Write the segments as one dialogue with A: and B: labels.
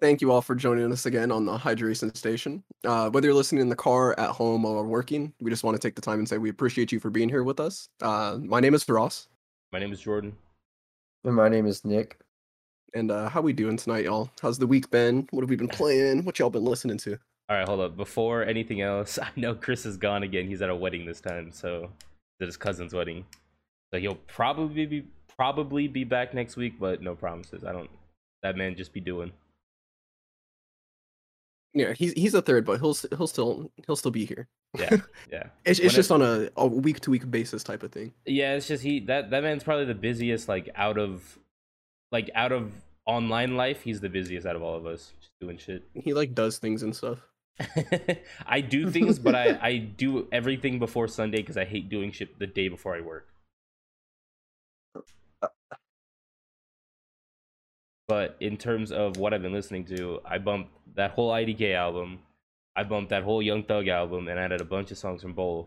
A: Thank you all for joining us again on the Hydration Station. Uh, whether you're listening in the car, at home, or working, we just want to take the time and say we appreciate you for being here with us. Uh, my name is Ross,
B: My name is Jordan.
C: And my name is Nick.
A: and uh, how we doing tonight, y'all? How's the week been? What have we been playing? What y'all been listening to?
B: All right, hold up. Before anything else, I know Chris is gone again. He's at a wedding this time, so it's at his cousin's wedding. So he'll probably be probably be back next week, but no promises. I don't. That man just be doing.
A: Yeah, he's he's a third, but he'll s- he'll still he'll still be here.
B: Yeah, yeah,
A: It's, it's
B: Whenever-
A: just on a a week to week basis type of thing.
B: yeah. It's just he that that man's probably the busiest like out of like out of online life. He's the busiest out of all of us, just doing shit.
A: He like does things and stuff.
B: I do things, but I I do everything before Sunday because I hate doing shit the day before I work. But in terms of what I've been listening to, I bumped that whole IDK album, I bumped that whole Young Thug album, and added a bunch of songs from both.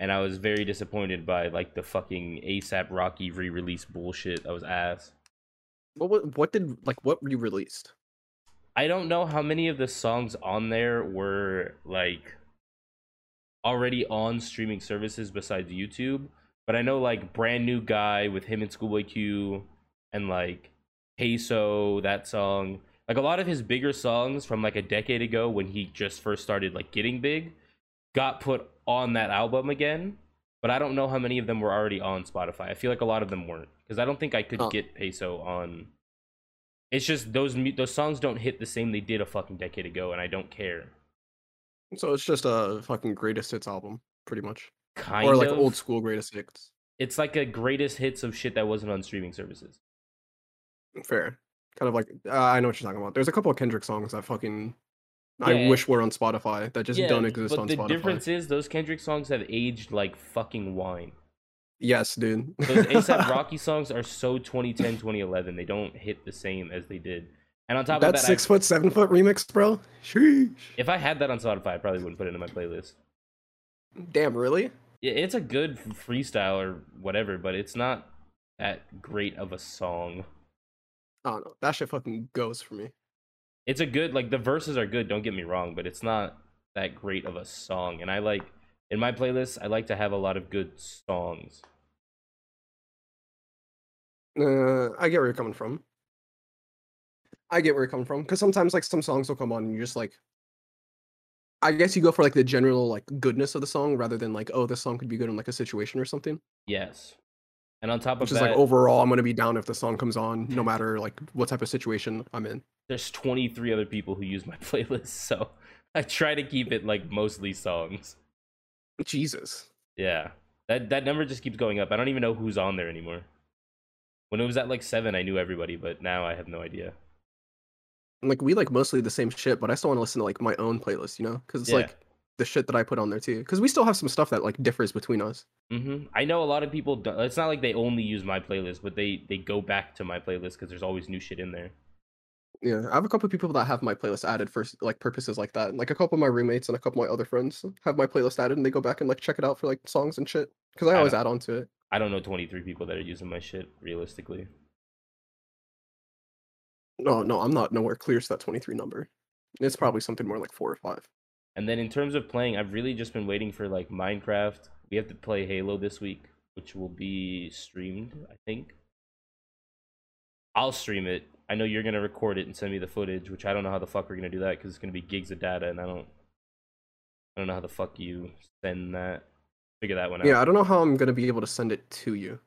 B: And I was very disappointed by like the fucking ASAP Rocky re-release bullshit. I was ass.
A: What what, what did like what re released?
B: I don't know how many of the songs on there were like already on streaming services besides YouTube, but I know like brand new guy with him and Schoolboy Q and like Peso that song. Like a lot of his bigger songs from like a decade ago when he just first started like getting big got put on that album again, but I don't know how many of them were already on Spotify. I feel like a lot of them weren't because I don't think I could
A: Oh.
B: get Peso on it's just those mu- those songs don't hit the same they did a fucking decade ago, and I don't care.
A: So it's just a fucking greatest hits album, pretty much,
B: Kind
A: or like
B: of.
A: old school greatest hits.
B: It's like a greatest hits of shit that wasn't on streaming services.
A: Fair. Kind of like uh, I know what you're talking about. There's a couple of Kendrick songs that fucking I
B: Yeah.
A: wish were on Spotify that just don't exist
B: but
A: on
B: the
A: Spotify.
B: difference is those Kendrick songs have aged like fucking wine.
A: Yes, dude.
B: Those ASAP Rocky songs are so 2010, 2011. They don't hit the same as they did. And on top
A: that
B: of that, I-
A: six foot seven foot remix, bro. Sheesh.
B: if I had that on Spotify, I probably wouldn't put it in my playlist.
A: Damn, really?
B: I- It's a good freestyle or whatever, but it's not that great of a song.
A: I don't know. That shit fucking goes for me.
B: it's a good like the verses are good don't get me wrong but it's not that great of a song and i like in my playlist i like to have a lot of good songs
A: Uh, I get where you're coming from. I get where you're coming from because sometimes like some songs will come on and you're just like, I guess you go for like the general like goodness of the song rather than like oh this song could be good in like a situation or something.
B: yes and on top of
A: Which
B: that
A: is like overall I'm gonna be down if the song comes on no matter like what type of situation I'm in.
B: there's 23 other people who use my playlist so i try to keep it like mostly songs
A: Jesus.
B: yeah that that number just keeps going up i don't even know who's on there anymore when it was at like seven i knew everybody but now i have no idea
A: And, like we like mostly the same shit, but I still want to listen to like my own playlist, you know? Because it's
B: Yeah.
A: like the shit that I put on there too. Because we still have some stuff that like differs between us.
B: hmm I know a lot of people. Do- it's not like they only use my playlist, but they they go back to my playlist because there's always new shit in there.
A: Yeah, I have a couple of people that have my playlist added for s- like purposes like that. Like a couple of my roommates and a couple of my other friends have my playlist added, and they go back and like check it out for like songs and shit. Because I
B: I
A: always
B: don't-
A: add on to it.
B: I don't know 23 people that are using my shit realistically.
A: No, no, I'm not nowhere clear to that 23 number. It's probably something more like four or five.
B: And then in terms of playing, I've really just been waiting for like Minecraft. We have to play Halo this week, which will be streamed, I think. I'll stream it. I know you're gonna record it and send me the footage, which I don't know how the fuck we're gonna do that because it's gonna be gigs of data, and I don't, I don't know how the fuck you send that. Figure that one out.
A: Yeah, I don't know how I'm gonna be able to send it to you.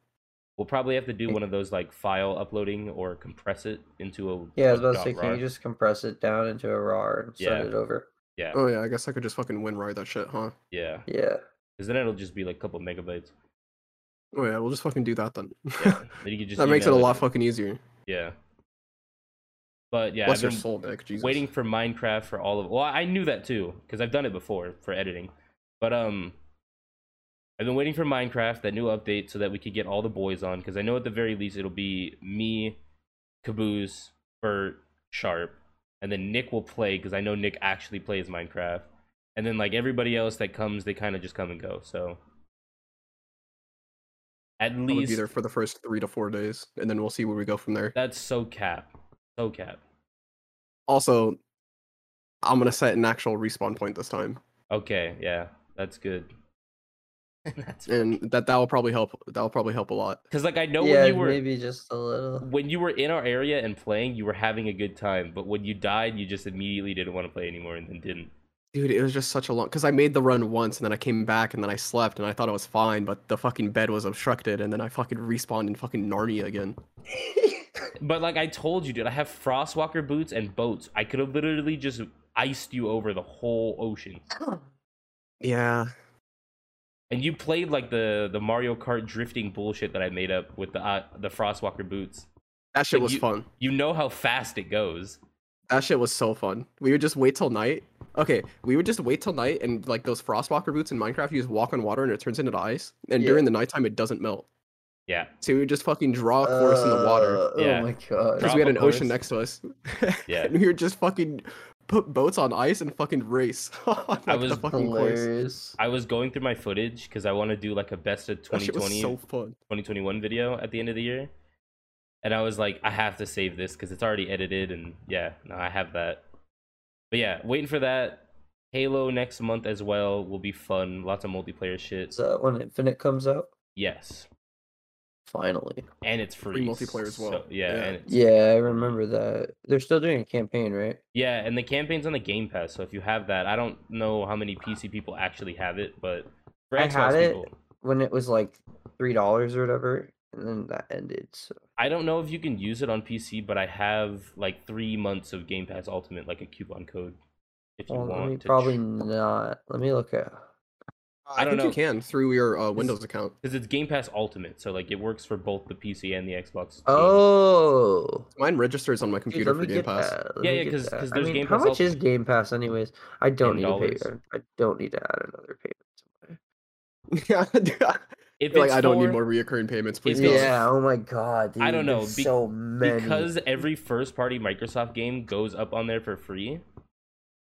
B: We'll probably have to do one of those like file uploading or compress it into a
C: Yeah, I
B: a
C: was about to
B: dot
C: say, can
B: rar.
C: you just compress it down into a RAR and send
B: Yeah.
C: it over?
B: yeah
A: Oh yeah, I guess I could just fucking win ride that shit, huh?
B: yeah
C: Yeah.
B: because then it'll just be like a couple megabytes.
A: Oh yeah, we'll just fucking do that then.
B: Yeah, then you can just
A: that makes it a
B: email
A: lot fucking easier.
B: Yeah, but yeah,
A: Bless your
B: I've been
A: soul, Nick. Jesus.
B: waiting for Minecraft for all of. Well, I knew that too because I've done it before for editing, but um, I've been waiting for Minecraft that new update so that we could get all the boys on because I know at the very least it'll be me, Caboose, Bert, Sharp, and then Nick will play because I know Nick actually plays Minecraft. And then like everybody else that comes, they kind of just come and go. So at
A: I would
B: least
A: be there for the first three to four days, and then we'll see where we go from there.
B: that's so cap, so cap.
A: Also, I'm gonna set an actual respawn point this time,
B: Okay, yeah, that's good. that's
A: and that that will probably help. That will probably help a lot.
B: because like I know
C: yeah,
B: when you were
C: maybe just a little.
B: when you were in our area and playing, you were having a good time. But when you died, you just immediately didn't want to play anymore and then didn't.
A: Dude, it was just such a long because I made the run once and then I came back and then I slept and I thought I was fine, but the fucking bed was obstructed and then I fucking respawned in fucking Narnia again.
B: But like I told you, dude, I have Frostwalker boots and boats. I could have literally just iced you over the whole ocean.
A: Yeah.
B: And you played like the the Mario Kart drifting bullshit that I made up with the uh, the Frostwalker boots.
A: That shit
B: But
A: was
B: you-
A: fun.
B: You know how fast it goes.
A: That shit was so fun. We would just wait till night. Okay, we would just wait till night and like those frostwalker boots in Minecraft, you just walk on water and it turns into ice. And
C: Yeah.
A: during the nighttime, it doesn't melt.
B: Yeah,
A: So we would just fucking draw a course in the water
C: Uh,
B: Yeah.
C: Oh my god.
A: because we had an
B: drop a
A: ocean
B: course.
A: next to us.
B: Yeah.
A: and we would just fucking put boats on ice and fucking race. on, like,
B: was
A: the fucking course.
C: Hilarious.
B: I was going through my footage because I want to do like a best of
A: That shit
B: 2020
A: was so fun.
B: 2021 video at the end of the year. And I was like, I have to save this because it's already edited. And yeah, no, I have that. But yeah, waiting for that. Halo next month as well will be fun. Lots of multiplayer shit.
C: Is that when Infinite comes out?
B: Yes.
C: Finally.
B: And it's free.
A: Free multiplayer as well.
B: So- yeah.
A: Yeah.
B: And it's, yeah.
C: Yeah, I remember that. They're still doing a campaign, right?
B: And the campaign's on the Game Pass. So if you have that, I don't know how many PC people actually have it, but for
C: I
B: Xbox
C: had it.
B: people,
C: When it was like three dollars or whatever, and then that ended. So
B: I don't know if you can use it on PC, but I have like three months of Game Pass Ultimate, like a coupon code. If you
C: Well, let
B: want
C: me
B: to
C: probably not. Let me look at.
A: I,
B: don't
A: think
B: know.
A: you can through your uh, Windows account.
B: because it's Game Pass Ultimate, so like it works for both the PC and the Xbox. games.
C: Oh.
A: Mine registers on my computer
C: Dude,
A: for
C: let me
A: Game
C: get
A: Pass.
C: that, let
B: Yeah,
C: me
B: yeah,
C: get
B: 'cause-
C: that.
B: 'cause
C: I
B: there's
C: mean,
B: Game
C: how
B: Pass
C: much is Game Pass anyways? I don't need to pay.
B: dollars.
C: I don't need to add another payment.
A: Yeah, dude, I
B: If
A: feel like
B: it's
A: I don't need
B: for-
A: more reoccurring payments, please.
B: It's
A: God.
B: because-
C: Yeah. Oh my god. Dude,
B: I don't know,
C: there's
B: be-
C: so many.
B: because every first-party Microsoft game goes up on there for free.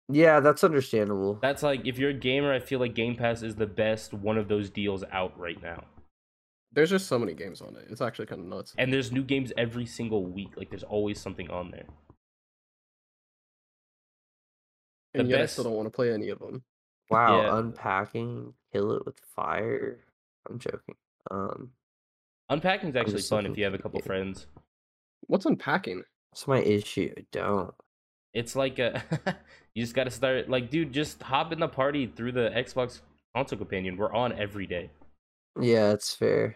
C: yeah, that's understandable.
B: That's like if you're a gamer, I feel like Game Pass is the best one of those deals out right now.
A: There's just so many games on it. It's actually kind of nuts.
B: And there's new games every single week. Like there's always something on there. the
A: And yet I still
B: best-
A: don't want to play any of them.
C: Wow,
B: Yeah.
C: unpacking, kill it with fire. I'm joking. Um,
B: Unpacking's actually
C: just
B: fun
C: looking
B: if you have a
C: for
B: couple
C: it.
B: friends.
A: What's unpacking?
C: that's my issue. I don't.
B: It's like a you just got to start like dude, just hop in the party through the Xbox console companion. We're on every day.
C: Yeah, it's fair.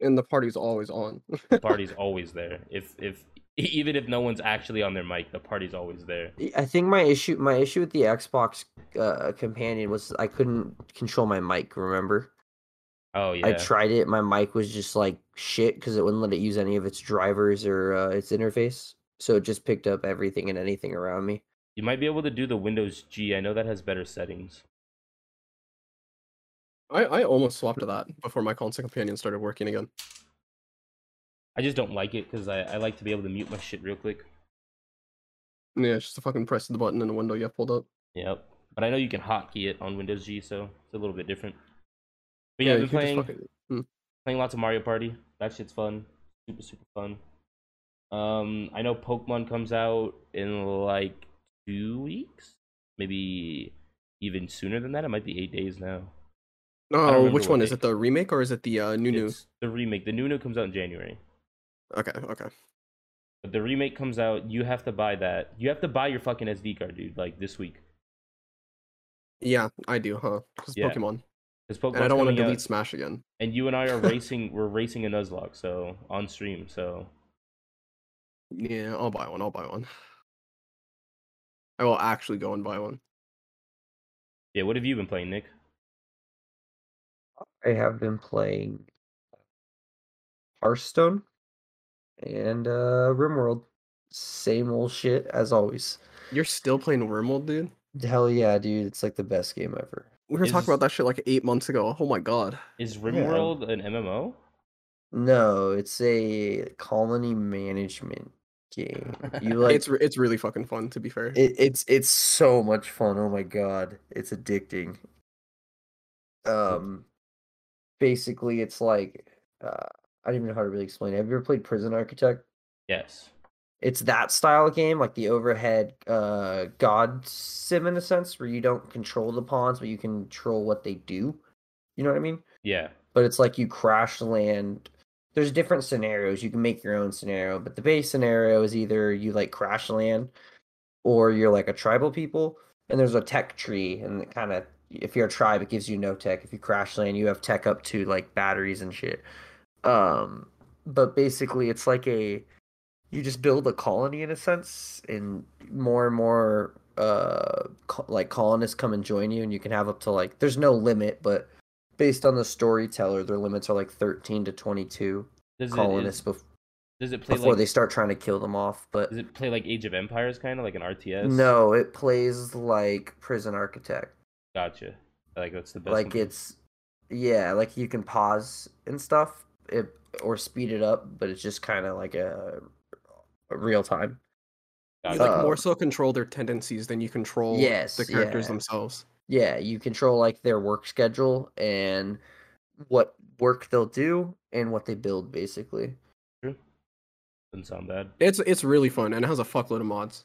A: And the party's always on.
B: The party's always there. If if e-, even if no one's actually on their mic, the party's always there.
C: Y- I think my issue, my issue with the Xbox uh, companion was I couldn't control my mic. Remember,
B: Oh yeah.
C: I tried it. My mic was just like shit because it wouldn't let it use any of its drivers or uh, its interface. So it just picked up everything and anything around me.
B: You might be able to do the Windows G. I know that has better settings.
A: I, I almost swapped to that before my console companion started working again.
B: I just don't like it because I, I like to be able to mute my shit real quick.
A: Yeah, it's just to fucking press the button in the window you have pulled up.
B: Yep. But I know you can hotkey it on Windows G, so it's a little bit different. But yeah, I've been
A: you can
B: playing
A: just fucking-
B: playing lots of Mario Party. That shit's fun. Super super fun. Um, I know Pokemon comes out in like two weeks, maybe even sooner than that. It might be eight days now.
A: No,
B: remember
A: which
B: what
A: one is
B: they-
A: it? The remake or is it the uh, new new?
B: It's the remake. The new new comes out in January.
A: Okay, okay.
B: But the remake comes out, you have to buy that. You have to buy your fucking SD card, dude, like this week.
A: Yeah, I do, huh? Because
B: Yeah,
A: Pokemon.
B: Because Pokemon
A: And I don't want to delete
B: out,
A: Smash again.
B: and you and I are racing we're racing a Nuzlocke, so on stream, so
A: Yeah, I'll buy one. I'll buy one. I will actually go and buy one.
B: yeah, what have you been playing, Nick?
C: I have been playing Hearthstone and uh RimWorld. Same old shit as always.
A: You're still playing Wormwood, dude?
C: Hell yeah, dude. It's like the best game ever.
A: We were
B: Is-
A: talking about that shit like eight months ago. Oh my god.
B: Is RimWorld an MMO?
C: No, it's a colony management game. You like
A: it's
C: it's
A: re- it's really fucking fun to be fair.
C: it, it's it's so much fun. Oh my god. It's addicting. Um basically it's like uh I don't even know how to really explain it. Have you ever played Prison Architect?
B: Yes.
C: It's that style of game, like the overhead uh, God Sim in a sense, where you don't control the pawns, but you control what they do. You know what I mean?
B: Yeah.
C: But it's like you crash land. There's different scenarios. You can make your own scenario, but the base scenario is either you like crash land, or you're like a tribal people, and there's a tech tree, and it kind of if you're a tribe, it gives you no tech. If you crash land, you have tech up to like batteries and shit. Um, but basically, it's like a you just build a colony in a sense, and more and more uh co- like colonists come and join you, and you can have up to like there's no limit, but based on the storyteller, their limits are like 13 to 22
B: Does it
C: colonists
B: is,
C: bef-
B: does it play
C: before
B: like
C: they start trying to kill them off. But
B: does it play like Age of Empires kind of like an RTS?
C: no, it plays like Prison Architect.
B: Gotcha. Like that's the best.
C: like
B: comp-
C: it's yeah like you can pause and stuff it, or speed it up but it's just kind of like a, a real time
A: You
B: gotcha.
A: like more
C: Um,
A: so control their tendencies than you control
C: yes,
A: the characters
C: yeah.
A: themselves.
C: yeah you control like their work schedule and what work they'll do and what they build basically
B: Doesn't sound bad.
A: It's it's really fun and it has a fuckload of mods.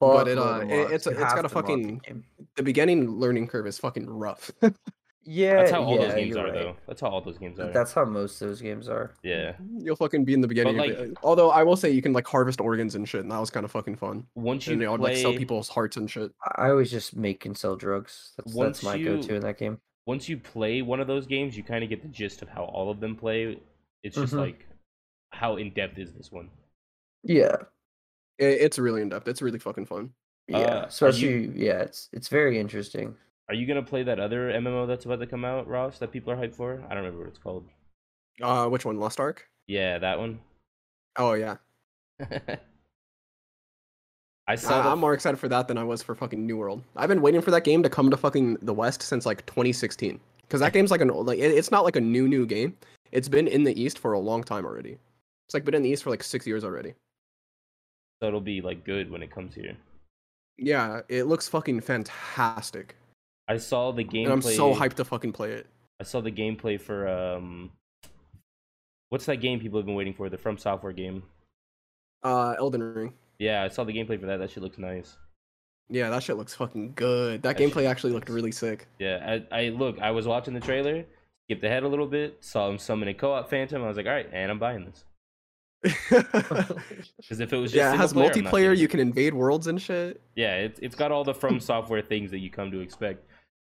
A: But it,
C: Fuckload
A: uh,
C: of
A: it-
C: mods.
A: it's-
C: You
A: it's
C: have
A: got a
C: to mod the
A: fucking-
C: game.
A: The beginning learning curve is fucking rough.
C: yeah
B: That's how all
C: yeah,
B: those games
C: you're
B: are
C: right.
B: though. That's how all those games are.
C: that's how most of those games are
B: yeah.
A: You'll fucking be in the beginning. of
B: like-
A: it. Although I will say you can like harvest organs and shit, and that was kind of fucking fun.
B: Once you
A: And they would
B: play,
A: like sell people's hearts and shit.
C: i I always just make and sell drugs that's,
B: Once
C: that's my
B: you-
C: go-to in that game
B: once you play one of those games, you kind of get the gist of how all of them play. It's just
C: Mhm.
B: like how in depth is this one?
C: yeah
A: It, it's really in depth. It's really fucking fun.
C: yeah
B: Uh, are you-
C: especially yeah it's it's very interesting
B: Are you gonna play that other MMO that's about to come out, Ross? That people are hyped for? I don't remember what it's called.
A: Uh, which one? Lost Ark?
B: Yeah, that one.
A: Oh yeah,
B: I
A: I,
B: saw.
A: Ah, I'm
B: the,
A: more excited for that than I was for fucking New World. I've been waiting for that game to come to fucking the West since like 2016, because that game's like an old like it- it's not like a new new game. It's been in the East for a long time already. It's like been in the East for like six years already.
B: so it'll be like good when it comes here.
A: Yeah, it looks fucking fantastic,
B: I saw the gameplay.
A: and I'm so hyped to fucking play it.
B: I saw the gameplay for um, what's that game people have been waiting for? The From Software game.
A: Uh, Elden Ring.
B: Yeah, I saw the gameplay for that. That shit looks nice.
A: Yeah, that shit looks fucking good. That
B: That shit
A: gameplay actually
B: looks
A: looked really sick.
B: Yeah, I, I look. I was watching the trailer, skipped ahead a little bit, saw him summon a co-op Phantom. I was like, all right, and I'm buying this because if it was just
A: yeah, it has
B: single player, I'm
A: multiplayer.
B: not getting
A: You
B: it.
A: can invade worlds and shit.
B: yeah, it's it's got all the From Software things that you come to expect.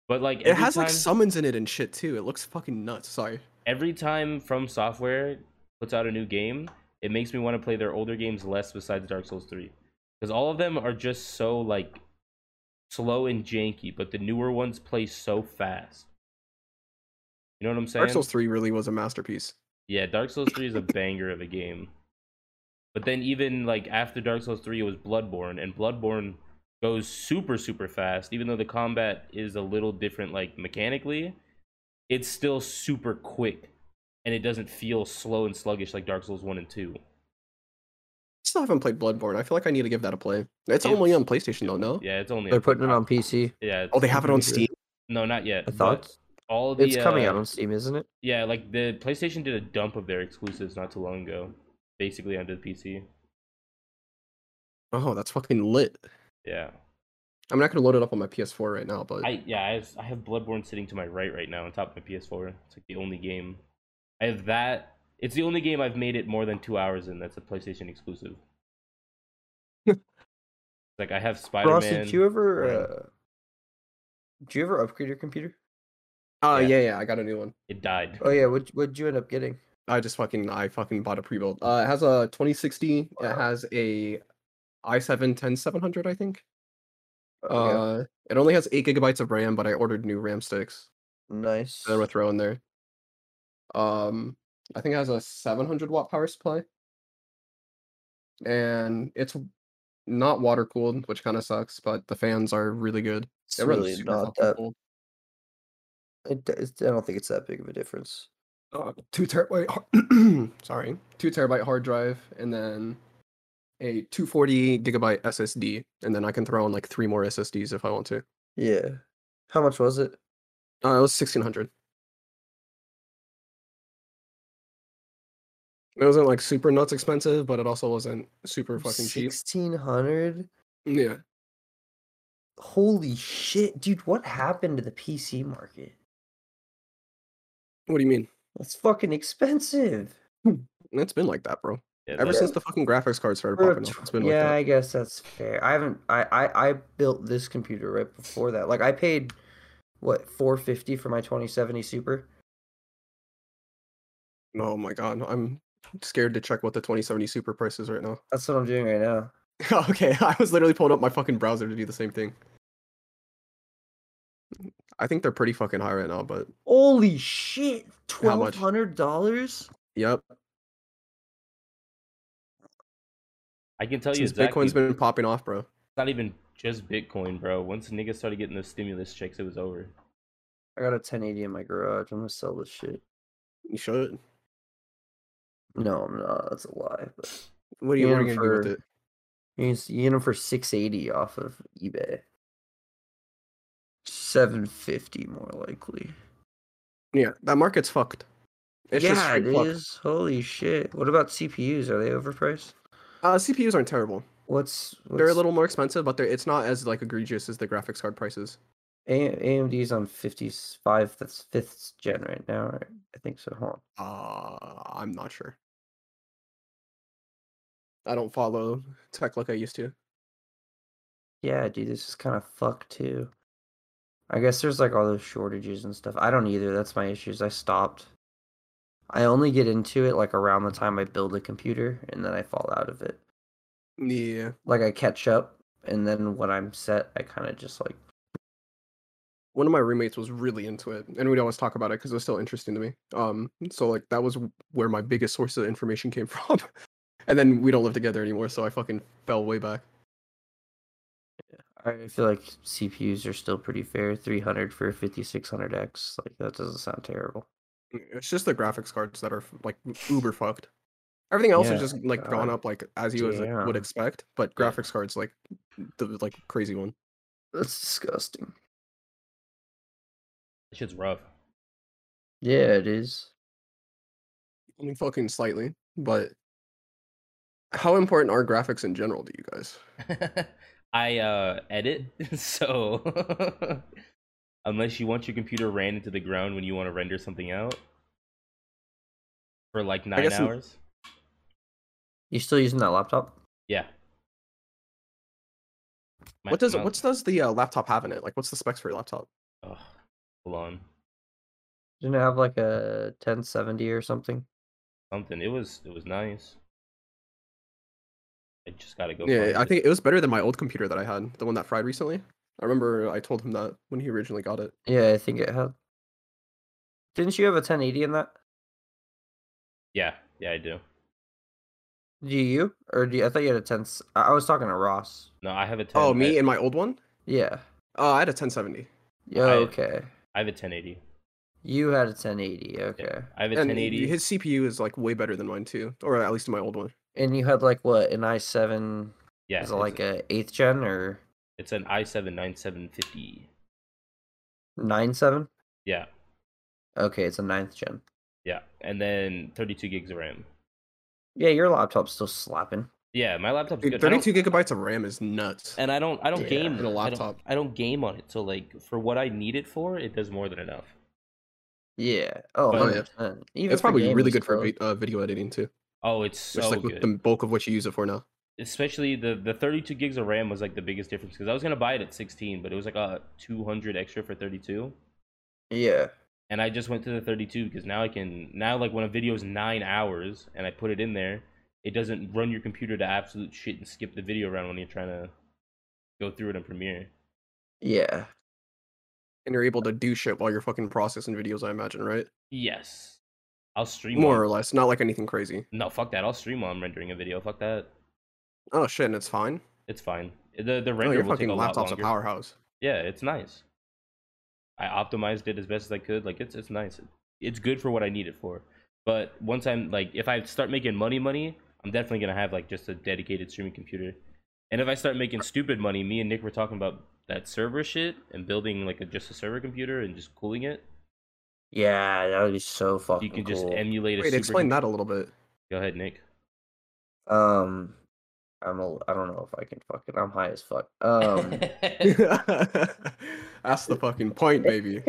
B: But like
A: It
B: every
A: has
B: time,
A: like summons in it and shit too. It looks fucking nuts. Sorry.
B: every time From Software puts out a new game, it makes me want to play their older games less. Besides Dark Souls three, because all of them are just so like slow and janky, but the newer ones play so fast. You know what I'm saying?
A: Dark Souls 3 really was a masterpiece.
B: Yeah, Dark Souls 3 is a banger of a game. But then even like after Dark Souls 3 it was Bloodborne and Bloodborne goes super super fast even though the combat is a little different like mechanically, it's still super quick and it doesn't feel slow and sluggish like Dark Souls 1 and 2.
A: Still haven't played Bloodborne. I feel like I need to give that a play. It's
B: It-
A: only on PlayStation though, no?
B: Yeah, it's only
C: They're putting it on PC.
B: Yeah.
A: Oh, they have it on
C: Yeah.
A: Steam.
B: No, not yet.
C: I
B: but
C: thought
B: all the
C: it's coming
B: uh,
C: out on Steam, isn't it?
B: Yeah, like the PlayStation did a dump of their exclusives not too long ago, basically onto the PC.
A: Oh, that's fucking lit.
B: Yeah.
A: I'm not gonna load it up on my PS4 right now, but
B: I yeah, I have, I have Bloodborne sitting to my right right now on top of my PS4. It's like the only game. I have that. It's the only game I've made it more than two hours in. That's a PlayStation exclusive. like I have Spider
C: Ross,
B: Man.
C: did you ever?
B: Right.
C: Uh, did you ever upgrade your computer?
A: oh
B: yeah.
A: yeah, yeah, I got a new one.
B: It died.
C: Oh yeah, what what'd you end up getting?
A: I just fucking I fucking bought a pre-built. Uh, it has a 2060. It
C: Wow.
A: has a i7 10700, I think.
C: Oh, yeah.
A: Uh, it only has eight gigabytes of RAM, but I ordered new RAM sticks
C: nice.
A: that I'm gonna throw in there. Um, I think it has a 700 watt power supply, and it's not water cooled, which kind of sucks. But the fans are really good.
C: It's
A: It runs
C: really
A: super
C: not
A: fucking
C: that.
A: cold.
C: It, it's, I don't think it's that big of a difference.
A: Uh, two terabyte. har- Sorry, two terabyte hard drive, and then a 240 gigabyte SSD, and then I can throw in like three more SSDs if I want to.
C: Yeah. How much was it?
A: Uh, it was 1600. It wasn't like super nuts expensive, but it also wasn't super fucking cheap.
C: Sixteen hundred.
A: Yeah.
C: Holy shit, dude! What happened to the PC market?
A: What do you mean?
C: That's fucking expensive.
A: It's been like that, bro.
B: Yeah,
A: Ever
B: that-
A: since the fucking graphics cards started
C: For a
A: popping up,
C: tw-
A: it's been
C: yeah,
A: like
C: I guess that's fair. I haven't. I, I I built this computer right before that. Like I paid what four fifty for my twenty seventy Super.
A: that. Oh my god, I'm scared to check what the 2070 Super price is right now.
C: That's what I'm doing right now.
A: okay, I was literally pulling up my fucking browser to do the same thing. I think they're pretty fucking high right now, but
C: Holy shit!
A: How much?
C: Twelve hundred dollars.
A: yep.
B: I can tell you
A: Since
B: exactly.
A: Bitcoin's been popping off, bro.
B: It's not even just Bitcoin, bro. Once niggas started getting those stimulus checks, it was over.
C: I got a 1080 in my garage. I'm gonna sell this shit.
A: You should.
C: No, I'm not. That's a lie. But
A: What are you, what
C: Yeah,
A: are you gonna do with
C: for-
A: it?
C: you can s- you get them for 680 off of eBay. 750 more likely.
A: Yeah, that market's fucked. It's just
C: yeah, it
A: straight
C: is.
A: fucked.
C: Holy shit! What about CPUs? Are they overpriced?
A: Uh, CPUs aren't terrible.
C: What's, what's
A: They're a little more expensive, but they're it's not as like egregious as the graphics card prices.
C: A- AMD's on 55. That's fifth gen right now, right? I think so. Hold on.
A: Uh, I'm not sure. I don't follow tech like I used to.
C: Yeah, dude, this is kind of fucked too. I guess there's like all those shortages and stuff. I don't either. That's my issues. I stopped. I only get into it like around the time I build a computer and then I fall out of it.
A: Yeah.
C: Like I catch up and then when I'm set, I kind of just like,
A: one of my roommates was really into it and we'd always talk about it because it was still interesting to me um so like that was w- where my biggest source of information came from and then we don't live together anymore so i fucking fell way back
C: I feel like CPUs are still pretty fair. 300 for a 5600X. Like that doesn't sound terrible.
A: it's just the graphics cards that are f- like uber fucked everything else
C: Yeah,
A: has just like gone
C: God
A: up like as you was, like, would
C: damn.
A: expect but
B: Yeah.
A: graphics cards like the like crazy one
C: That's disgusting.
B: That shit's rough.
C: Yeah, it is.
A: I mean, fucking slightly but how important are graphics in general to you guys
B: I uh edit, so unless you want your computer ran into the ground when you want to render something out for like nine
A: guess in-
B: hours.
C: You still using that laptop?
B: Yeah. My-
A: what does
B: my-
A: it what does the uh, laptop have in it like what's the specs for your laptop
B: Ugh, hold on.
C: Didn't it have like a 1070 or something?
B: Something. It was it was nice. I just gotta go.
A: Yeah,
B: find
A: I
B: it.
A: think it was better than my old computer that I had, the one that fried recently. I remember I told him that when he originally got it.
C: Yeah, I think it had. Didn't you have a 1080 in that?
B: Yeah, yeah, I do.
C: Do you? Or do you, I thought you had a 10. s- I I was talking to Ross.
B: No, I have a ten.
A: Oh,
B: I-
A: me and my old one?
C: Yeah.
A: Uh, I had a 1070.
C: Yeah.
B: I-
C: okay.
B: I have a 1080.
C: You had a 1080. Okay.
B: I have a
A: And
B: 1080.
A: his CPU is like way better than mine too, or at least my old one.
C: And you had like what an i7?
B: yeah,
C: is
B: it's,
C: it like a eighth gen or
B: it's an i7 9750.
C: 97?
B: Yeah,
C: Okay, it's a ninth gen.
B: yeah, and then 32 gigs of RAM.
C: Yeah, your laptop's still slapping.
B: Yeah, my laptop's
A: Dude,
B: good. I don't-
A: 32 gigabytes of RAM is nuts.
B: and I don't, I don't
C: Yeah,
B: game
A: in a
B: I don't-
A: laptop.
B: I don't, game on it. So like for what I need it for, it does more than enough.
C: Yeah. Oh,
B: Oh, yeah.
C: 100%. Even
A: It's
C: for
A: probably
C: gaming
A: really good for
C: still.
A: vi- uh, video editing too,
B: Oh, it's
A: which
B: so
A: is like
B: good.
A: the bulk of what you use it for now.
B: especially the the 32 gigs of RAM was like the biggest difference because I was gonna buy it at 16, but it was like uh 200 extra for 32,
C: Yeah.
B: and I just went to the 32 because now I can now like when a video is nine hours and I put it in there, it doesn't run your computer to absolute shit and skip the video around when you're trying to go through it in Premiere.
C: Yeah.
A: And you're able to do shit while you're fucking processing videos, I imagine, right?
B: Yes, I'll stream
A: More
B: on-
A: or less, not like anything crazy.
B: No, fuck that. I'll stream while I'm rendering a video. Fuck that.
A: Oh shit, and it's fine.
B: It's fine. The the
A: Oh,
B: render
A: your
B: will take
A: fucking
B: a lot
A: laptop's a
B: longer.
A: powerhouse.
B: Yeah, it's nice. I optimized it as best as I could. Like it's it's nice. It's good for what I need it for. But once I'm like, if I start making money, money, I'm definitely gonna have like just a dedicated streaming computer. And if I start making stupid money, me and Nick were talking about that server shit and building like a, just a server computer and just cooling it.
C: Yeah, that would be so fucking
B: You can just
C: cool.
B: emulate a
A: Wait,
B: super
A: explain that a little bit.
B: Go ahead, Nick.
C: Um, I'm a. I don't know if I can fucking. I'm high as fuck. Um,
A: That's the fucking point, baby.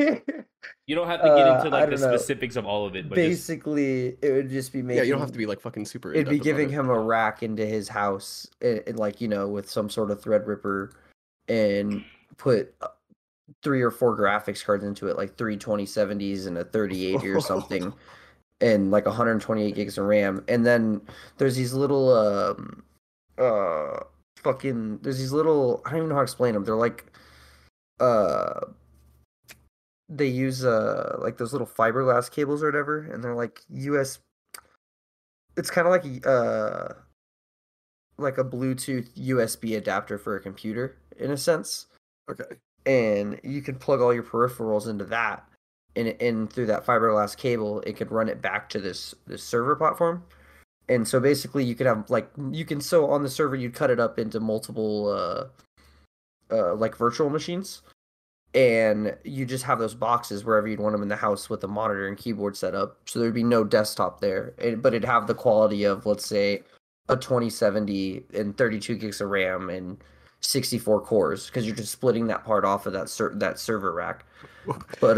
B: You don't have to get
C: Uh,
B: into
C: I
B: like the
C: don't know.
B: specifics of all of it, but just,
C: basically, it would just be making.
A: Yeah, you don't have to be like fucking super.
C: It'd be
A: in-depth about
C: giving
A: it.
C: him a rack into his house, and, and like you know, with some sort of thread ripper, and put uh, three or four graphics cards into it, like three 2070s and a 3080 or something, and like 128 gigs of RAM. And then there's these little um, uh, fucking there's these little I don't even know how to explain them. They're like uh they use uh like those little fiberglass cables or whatever and they're like us it's kind of like a, uh like a bluetooth usb adapter for a computer in a sense
A: Okay.
C: and you could plug all your peripherals into that and, it- and through that fiberglass cable it could run it back to this this server platform and so basically you could have like you can so on the server you'd cut it up into multiple uh uh like virtual machines and you just have those boxes wherever you'd want them in the house with a monitor and keyboard set up so there'd be no desktop there it, but it'd have the quality of let's say a 2070 and 32 gigs of ram and 64 cores because you're just splitting that part off of that ser- that server rack but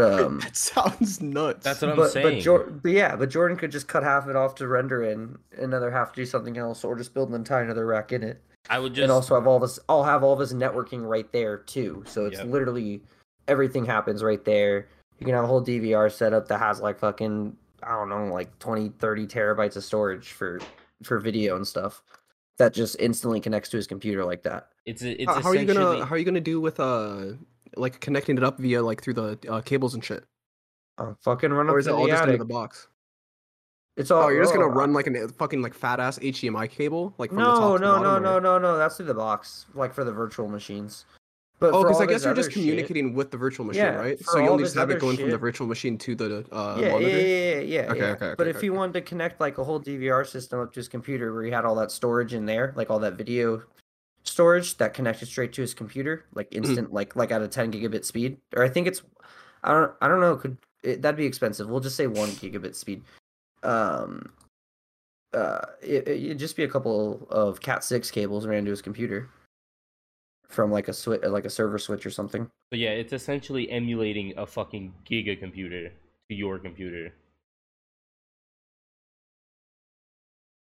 C: um
A: that sounds nuts.
B: that's what I'm
C: but,
B: saying.
C: But, Jor- but yeah, but Jordan could just cut half it off to render and another half to do something else, or just build an entire another rack in it,
B: I would just
C: and also have all this. I'll have all this networking right there too. So it's
B: Yep.
C: literally everything happens right there. You can have a whole DVR setup that has like fucking I don't know, like 20, 30 terabytes of storage for for video and stuff that just instantly connects to his computer like that.
B: it's a- it's
A: How- how are you
B: essentially-
A: gonna How are you gonna do with uh like connecting it up via like through the uh, cables and shit,
C: I'll fucking run up
A: or is
C: to
A: it all
C: the
A: just
C: attic.
A: under the box?
C: It's
A: Oh,
C: all
A: you're just gonna
C: oh,
A: run like a fucking like fat ass HDMI cable, like from the top
C: No,
A: to the
C: no, no,
A: bottom,
C: no,
A: or-
C: no, no. That's through the box, like for the virtual machines. But
A: Oh,
C: for
A: because
C: all
A: I guess
C: this
A: you're
C: other
A: just
C: shit-
A: communicating with the virtual machine,
C: Yeah,
A: right?
C: for
A: So you
C: all
A: only
C: this
A: just have it
C: other
A: going from the
C: shit-
A: virtual machine to the uh,
C: yeah, yeah,
A: monitor.
C: yeah, yeah, yeah.
A: Okay,
C: yeah.
A: okay,
C: but
A: okay,
C: if you
A: okay.
C: wanted to connect like a whole DVR system up to his computer, where he had all that storage in there, like all that video storage that connected straight to his computer, like
A: Mm-hmm.
C: instant, like like at a 10 gigabit speed, or I think it's, I don't, I don't know, could it, that'd be expensive. We'll just say one gigabit speed. Um, uh, it, it- it'd just be a couple of Cat six cables ran to his computer from like a switch, like a server switch or something.
B: But yeah, it's essentially emulating a fucking giga computer to your computer.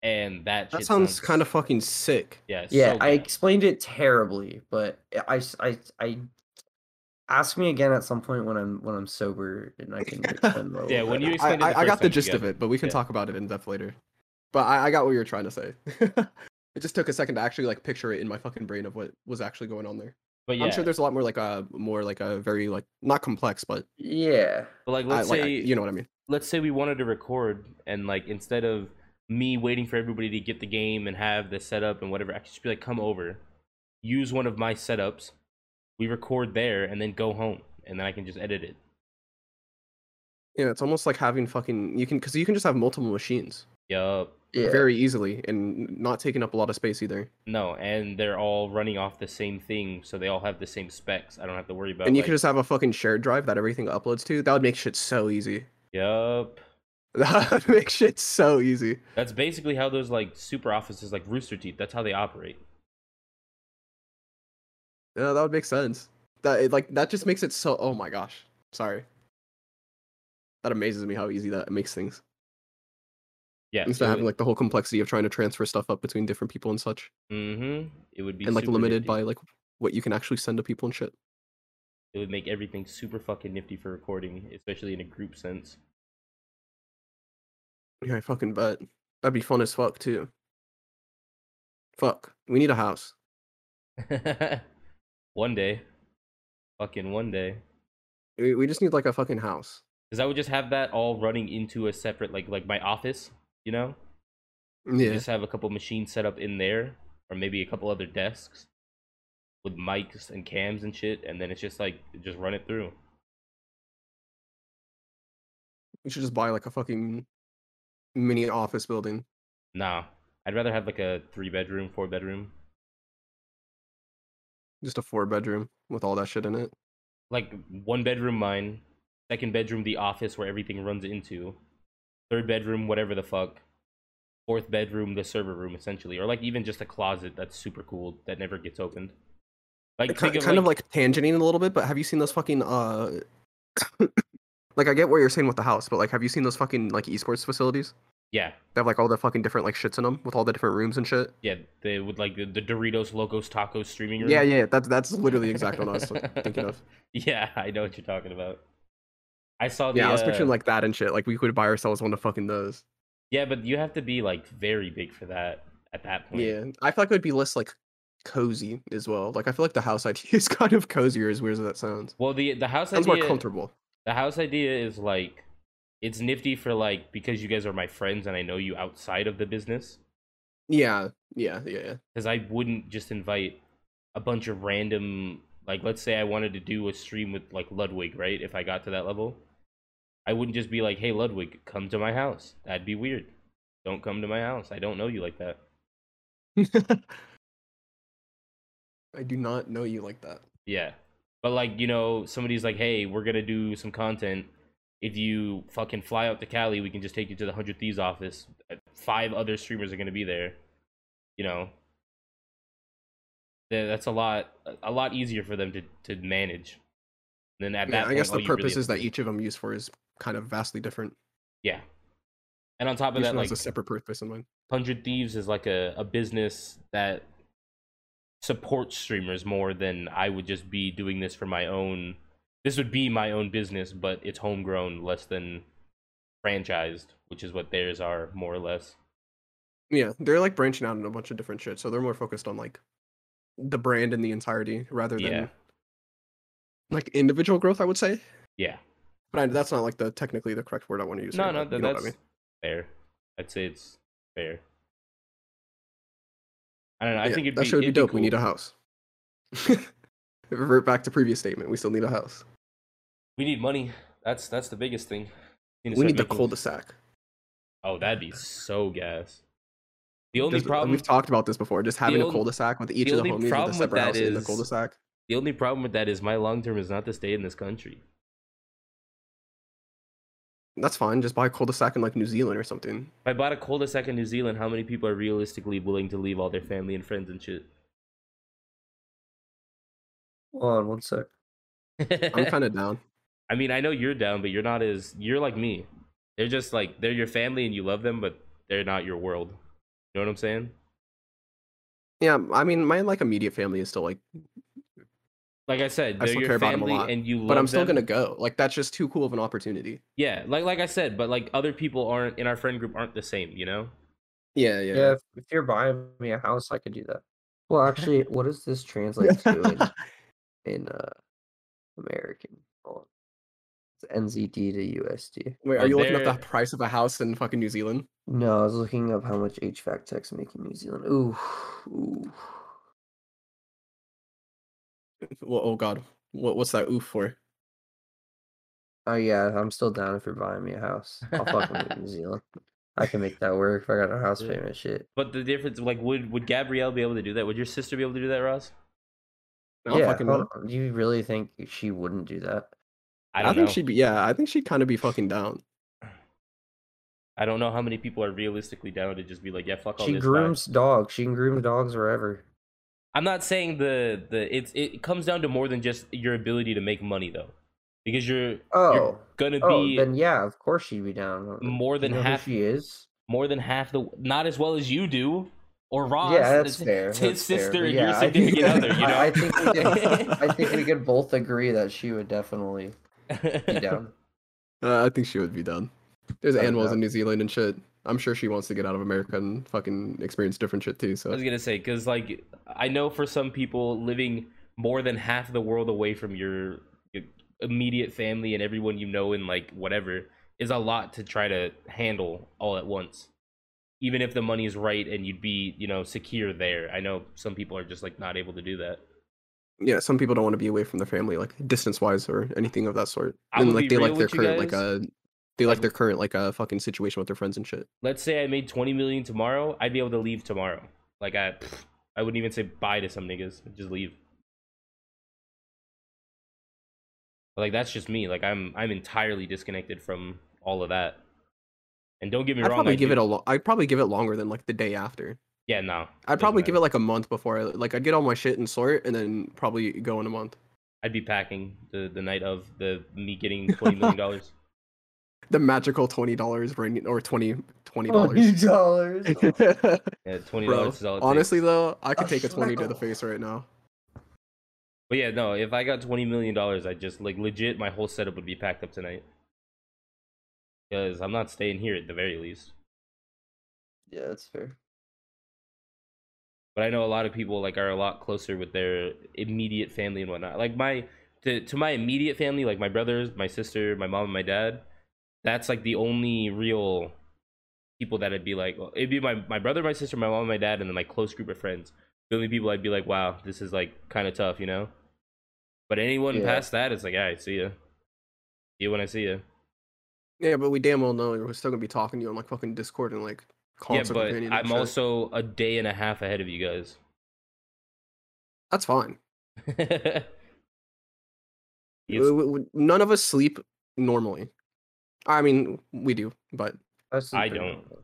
B: And that
A: That
B: shit
A: sounds kind of fucking sick.
B: yeah it's
C: yeah
B: so
C: i
B: bad.
C: explained it terribly but I, I I- ask me again at some point when i'm when i'm sober and i can explain it a
B: Yeah, when
C: little better.
B: you
A: I,
B: explained it the
A: I, I
B: first
A: got the
B: time,
A: gist
B: yeah.
A: of it, but we can
B: Yeah.
A: talk about it in depth later. But I, I got what you were trying to say. it just took a second to actually like picture it in my fucking brain of what was actually going on there.
B: But yeah,
A: I'm sure there's a lot more like uh more like a very like not complex, but
C: yeah
B: but like
A: I,
B: let's
A: like I-
B: say
A: you know what I mean.
B: let's say we wanted to record and like instead of me waiting for everybody to get the game and have the setup and whatever, I could just be like, come over, use one of my setups, we record there, and then go home, and then I can just edit it.
A: Yeah, it's almost like having fucking you can because you can just have multiple machines
B: Yup.
C: yeah
A: very easily and not taking up a lot of space either.
B: No, and they're all running off the same thing, so they all have the same specs. I don't have to worry about.
A: and you
B: like,
A: can just have a fucking shared drive that everything uploads to. That would make shit so easy.
B: Yup.
A: That would make shit so easy.
B: That's basically how those like super offices, like Rooster Teeth, that's how they operate.
A: Yeah, that would make sense. That it, like that just makes it so. Oh my gosh, sorry. That amazes me how easy that makes things.
B: Yeah.
A: Instead of having like the whole complexity of trying to transfer stuff up between different people and such,
B: mm-hmm. It would be
A: and like
B: super
A: limited
B: nifty.
A: by like what you can actually send to people and shit.
B: It would make everything super fucking nifty for recording, especially in a group sense.
A: Yeah, I fucking bet. That'd be fun as fuck too. Fuck, we need a house.
B: one day, fucking one day,
A: We, we just need like a fucking house.
B: because I would just have that all running into a separate like like my office, you know.
A: Yeah,
B: just have a couple machines set up in there or maybe a couple other desks with mics and cams and shit and then it's just like just run it through
A: we should just buy like a fucking mini office building.
B: nah i'd rather have like a three bedroom four bedroom
A: just a four bedroom with all that shit in it.
B: like one bedroom mine second bedroom the office where everything runs into third bedroom whatever the fuck fourth bedroom the server room essentially or like even just a closet that's super cool that never gets opened like
A: kind,
B: think
A: kind of like tangenting a little bit, but have you seen those fucking uh like I get what you're saying with the house, but like have you seen those fucking like esports facilities
B: yeah
A: that have like all the fucking different like shits in them with all the different rooms and shit?
B: yeah they would like the, the doritos locos tacos streaming room
A: Yeah, yeah, that's that's literally exactly what I was like, thinking of.
B: yeah i know what you're talking about i saw the
A: yeah, I was picturing
B: uh,
A: like that and shit. Like we could buy ourselves one of fucking those.
B: yeah but you have to be like very big for that at that point
A: Yeah, I feel like it would be less like cozy as well. Like I feel like the house idea is kind of cozier, as weird as that sounds.
B: well the the house
A: Sounds
B: idea,
A: more comfortable.
B: the house idea is like it's nifty for like because you guys are my friends and i know you outside of the business
A: Yeah, yeah, yeah, yeah.
B: because I wouldn't just invite a bunch of random like let's say I wanted to do a stream with like Ludwig, right? If I got to that level, I wouldn't just be like, "Hey Ludwig, come to my house." That'd be weird. Don't come to my house. I don't know you like that.
A: I do not know you like that.
B: Yeah. But like, you know, somebody's like, "Hey, we're going to do some content. If you fucking fly out to Cali, we can just take you to the 100 Thieves office. Uh, Five other streamers are going to be there." You know. Th- That's a lot a lot easier for them to to manage. Then at
A: Yeah,
B: that
A: I guess the
B: point, oh, all you really
A: purposes
B: have to
A: that
B: do-
A: each of them used for is kind of vastly different.
B: Yeah. And on top of
A: Each
B: that
A: one
B: like
A: has a separate purpose in mind.
B: Hundred Thieves is like a, a business that supports streamers more than I would just be doing this for my own. This would be my own business, but it's homegrown, less than franchised, which is what theirs are more or less.
A: Yeah, they're like branching out in a bunch of different shit, so they're more focused on like the brand in the entirety rather than
B: Yeah.
A: like individual growth. I would say,
B: Yeah.
A: but I, that's not like the technically the correct word I want to use.
B: No,
A: here,
B: no,
A: but
B: th-
A: you know what
B: that's fair. I'd say it's fair. I don't know. I
A: Yeah,
B: think it'd
A: that
B: be,
A: should be
B: it'd
A: dope.
B: cool.
A: We need a house. Revert back to previous statement. We still need a house.
B: We need money. That's that's the biggest thing.
A: We need the
B: coldest.
A: cul-de-sac.
B: Oh, that'd be so gas. The only
A: There's-
B: problem
A: We've talked about this before. Just having a
B: on-
A: cul-de-sac with each
B: the
A: of the
B: only
A: homies with a
B: problem with
A: separate
B: that
A: house in the
B: is-
A: cul-de-sac.
B: The only problem with that is my long term is not to stay in this country.
A: That's fine. Just buy a cul-de-sac in like New Zealand or something.
B: If I bought a cul-de-sac in New Zealand, how many people are realistically willing to leave all their family and friends and shit?
C: Hold on one sec.
A: I'm kind of down.
B: I mean, I know you're down, but you're not as you're like me. They're just like they're your family and you love them, but they're not your world. You know what I'm saying?
A: Yeah, I mean, my like immediate family is still like,
B: Like I said,
A: I
B: they're
A: still
B: your
A: care about 'em a
B: family
A: lot,
B: and you love
A: but I'm still
B: them.
A: gonna go. Like that's just too cool of an opportunity.
B: Yeah, like like I said, but like other people aren't in our friend group aren't the same, you know?
A: Yeah,
C: Yeah, if, if you're buying me a house, I could do that. Well, actually, what does this translate to in, in uh, American? Hold on. It's NZD to USD.
A: Wait,
B: Oh,
A: are you looking up
B: they're-
A: the price of a house in fucking New Zealand?
C: No, I was looking up how much HVAC techs make in New Zealand. Ooh, ooh.
A: Well, oh god, what what's that oof for?
C: Oh yeah, I'm still down if you're buying me a house. I'll fucking move to New Zealand. I can make that work if I got a house
B: Yeah.
C: payment. Shit.
B: But the difference like would would Gabrielle be able to do that? Would your sister be able to do that, Ross?
A: No,
C: yeah,
A: fucking
C: hold
A: no.
C: on, Do you really think she wouldn't do that?
B: I
A: I,
B: don't
A: think
B: know.
A: she'd be. Yeah, I think she'd kind of be fucking down.
B: I don't know how many people are realistically down to just be like, yeah, fuck all
C: she
B: this. bye."
C: grooms dogs. She can groom dogs wherever.
B: I'm not saying the the it's it comes down to more than just your ability to make money though, because you're
C: Oh,
B: you're gonna
C: oh,
B: be
C: then yeah, of course she'd be down. Uh,
B: more
C: you
B: than
C: know who
B: half-
C: she is.
B: more than half the not as well as you do or Ross.
C: yeah, that's
B: it's-
C: fair.
B: it's his
C: that's fair,
B: sister
C: but
B: and your
C: yeah, I-
B: significant other. You know.
C: I, I think we could, I think we could both agree that she would definitely be down.
A: Uh, I think she would be down. There's
C: I don't
A: animals
C: know.
A: in New Zealand and shit. I'm sure she wants to get out of America and fucking experience different shit too.
B: I
A: So
B: was gonna say because like I know for some people living more than half the world away from your your immediate family and everyone you know and like whatever is a lot to try to handle all at once. Even if the money is right and you'd be you know secure there, I know some people are just like not able to do that.
A: yeah, some people don't want to be away from their family, like distance wise or anything of that sort.
B: I
A: and
B: will
A: like
B: be
A: they
B: real
A: like their
B: with you
A: current like uh
B: guys.
A: they
B: Like-
A: like their current like uh fucking situation with their friends and shit.
B: Let's say I made twenty million tomorrow, I'd be able to leave tomorrow. Like I, I wouldn't even say bye to some niggas, I'd just leave. But, like that's just me. Like I'm, I'm entirely disconnected from all of that. And don't get me
A: I'd
B: wrong,
A: probably
B: I
A: give it a.
B: do-
A: Lo- I'd probably give it longer than like the day after.
B: yeah no.
A: I'd probably give it like a month before. I, like I'd get all my shit and sort, and then probably go in a month.
B: I'd be packing the, the night of the me getting twenty million dollars.
A: The magical twenty dollars or 20
C: Twenty
A: dollars.
C: dollars.
B: Yeah, twenty
A: Bro,
B: dollars is all. It takes.
A: honestly though, I could
C: A
A: take a twenty to the
C: schmeckle.
A: face right now.
B: But yeah, no, if I got twenty million dollars, I just like legit my whole setup would be packed up tonight. Because I'm not staying here at the very least.
C: yeah, that's fair.
B: But I know a lot of people like are a lot closer with their immediate family and whatnot. Like my to to my immediate family, like my brothers, my sister, my mom, and my dad. That's like the only real people that I'd be like. It'd be my my brother, my sister, my mom, and my dad, and then my close group of friends. The only people I'd be like, wow, this is like kind of tough, you know. But anyone
C: Yeah.
B: past that, it's like, all right, see ya. See you when I see you.
A: Yeah, but we damn well know we're still gonna be talking to you on like fucking Discord and like
B: Yeah,
A: console
B: but
A: companion and
B: I'm
A: shit.
B: also a day and a half ahead of you guys.
A: that's fine.
B: It's-
A: We- we- none of us sleep normally. I mean, we do, but
C: I, sleep
B: I
C: pretty
B: don't.
C: well.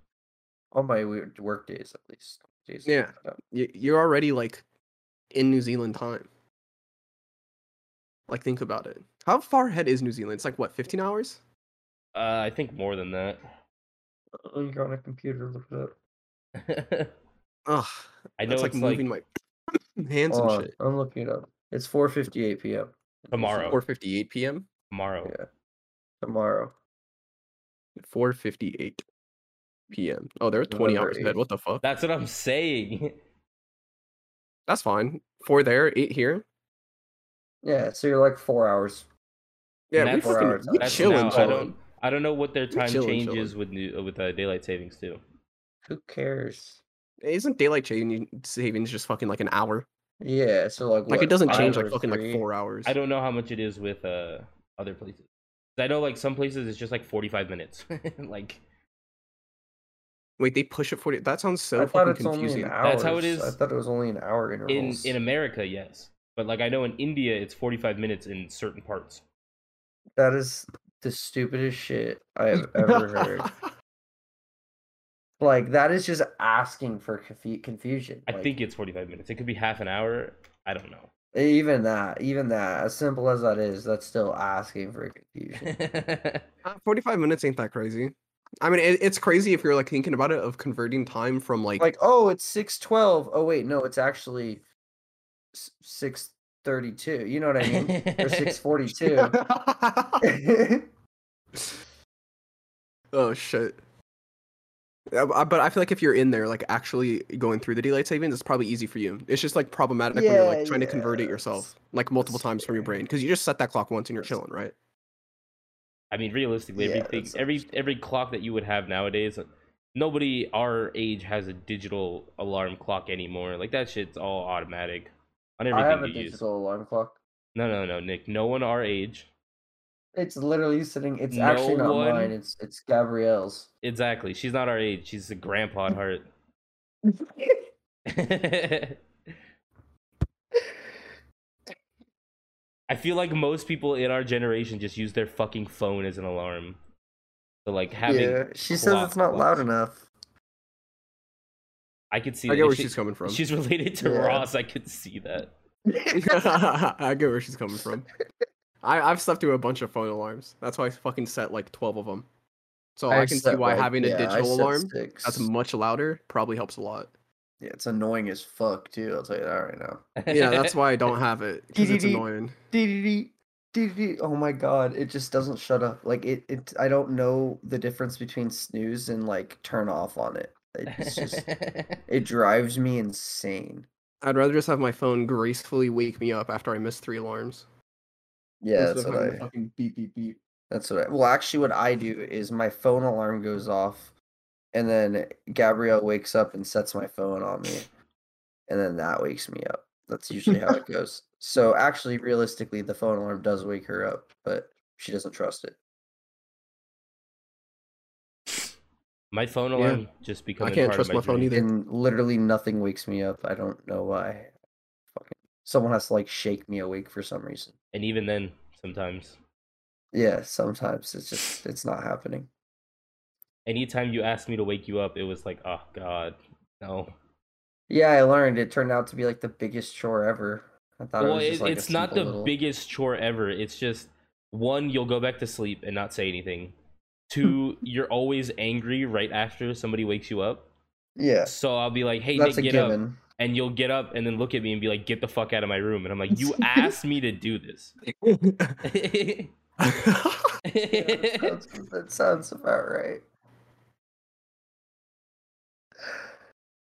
C: On my weird work days, at least. Days I
A: Yeah.
C: don't.
A: y- you're already like in New Zealand time. Like, think about it. How far ahead is New Zealand? It's like what, 15 hours?
B: uh, I think more than that.
C: Oh, You're on a computer. Look it up.
A: Ugh,
B: I know
A: that's like
B: it's like
A: moving my hands
C: Hold
A: and
C: on,
A: shit.
C: I'm looking it up. It's 4:58 p.m.
B: Tomorrow.
A: 4:58 p.m.
B: tomorrow.
C: Yeah. Tomorrow.
A: 4:58 p.m. Oh, they're 20
C: November
A: hours ahead.
C: 8th.
A: What the fuck?
B: That's what I'm saying.
A: That's fine. Four there, eight here.
C: Yeah, so you're like four hours.
A: Yeah,
B: That's-
A: we
C: Four
A: fucking
C: hours
A: we
C: ahead.
B: That's
A: chilling,
B: now. I
A: chilling.
B: don't. I don't know what their time
A: chillin',
B: changes with new, with uh, daylight savings too.
C: Who cares?
A: Isn't daylight change savings just fucking like an hour?
C: Yeah, so like
A: Like
C: what,
A: it doesn't
C: five
A: change like
C: or
A: fucking
C: three?
A: like four hours.
B: I don't know how much it is with uh, other places. I know like some places it's just like 45 minutes. like
A: Wait, they push it forty. That sounds so
C: I thought
A: fucking
C: it's only
A: confusing.
C: an hour.
B: That's how it
C: I
B: is
C: thought it was only an hour
B: in
C: intervals.
B: in America, yes, but like I know in India it's 45 minutes in certain parts.
C: That is the stupidest shit I have ever heard. Like that is just asking for confu- confusion.
B: I
C: like,
B: think it's 45 minutes. It could be half an hour. I don't know.
C: even that, even that, as simple as that is, that's still asking for confusion.
A: Uh, Forty-five minutes ain't that crazy. I mean, it, it's crazy if you're like thinking about it of converting time from like,
C: like, oh, it's six twelve. Oh wait, no, it's actually six thirty two. You know what I mean? or six forty two.
A: oh shit. Yeah, but I- but I feel like if you're in there, like actually going through the daylight savings, it's probably easy for you. It's just like problematic when you're
C: Yeah,
A: like trying to convert
C: yeah,
A: it yourself,
C: that's-
A: like multiple
C: that's
A: times from your
C: fair.
A: brain, because you just set that clock once and you're
C: That's
A: chilling, right?
B: I mean, realistically,
C: Yeah,
B: everything,
C: that's
B: every
C: understandable.
B: every clock that you would have nowadays, like, nobody our age has a digital alarm clock anymore. Like that shit's all automatic on
C: I
B: everything
C: have a
B: you use.
C: digital alarm clock.
B: No, no, no, Nick. No one our age,
C: It's literally sitting. It's actually
B: No
C: not
B: one-
C: mine. It's it's Gabrielle's.
B: exactly. She's not our age. She's a grandpa at heart. I feel like most people in our generation just use their fucking phone as an alarm. So like having,
C: yeah, she says it's
B: clock
C: not loud
B: clocks.
C: enough.
B: I could see.
A: I
B: that
A: get
B: if
A: where
B: she-
A: she's coming from.
B: She's related to
C: Yeah.
B: Ross. I could see that.
A: I get where she's coming from. I, I've slept through a bunch of phone alarms. That's why I fucking set like 12 of them. So I, can see
C: set,
A: why
C: like-
A: having a
C: yeah, I
A: digital
C: set
A: alarm
C: six.
A: that's much louder probably helps a lot.
C: yeah, it's annoying as fuck too. I'll tell you that right now.
A: Yeah, that's why I don't have it. 'cause it's
C: DDD.
A: annoying.
C: Dee-dee-dee, dee-dee-dee. Oh my god, it just doesn't shut up. Like it, it. I don't know the difference between snooze and like turn off on it. It's just it drives me insane.
A: I'd rather just have my phone gracefully wake me up after I miss three alarms.
C: Yeah,
A: instead
C: that's
A: of
C: what
A: having the
C: I.
A: fucking beep beep beep.
C: That's what I. Well, actually, what I do is my phone alarm goes off, and then Gabrielle wakes up and sets my phone on me, and then that wakes me up. That's usually how it goes. So actually, realistically, the phone alarm does wake her up, but she doesn't trust it.
B: My phone
A: Yeah.
B: alarm just becoming.
A: I can't
B: part
A: trust
B: of my,
A: my, phone
B: dream.
A: either.
C: and Mm, literally nothing wakes me up. I don't know why. Fucking someone has to like shake me awake for some reason.
B: and even then, sometimes.
C: Yeah, sometimes it's just it's not happening.
B: anytime you asked me to wake you up, it was like, oh god, no.
C: Yeah, I learned. It turned out to be like the biggest chore ever. I thought
B: Well,
C: it was
B: it,
C: just, like, a
B: it's not the
C: simple little-
B: biggest chore ever. It's just one, you'll go back to sleep and not say anything. Two, you're always angry right after somebody wakes you up.
C: Yeah,
B: So I'll be like, hey,
C: that's a
B: Nick, get up.
C: given.
B: And you'll get up and then look at me and be like, get the fuck out of my room. And I'm like, you asked me to do this.
A: Oh
C: Yeah, that, sounds, that sounds about right.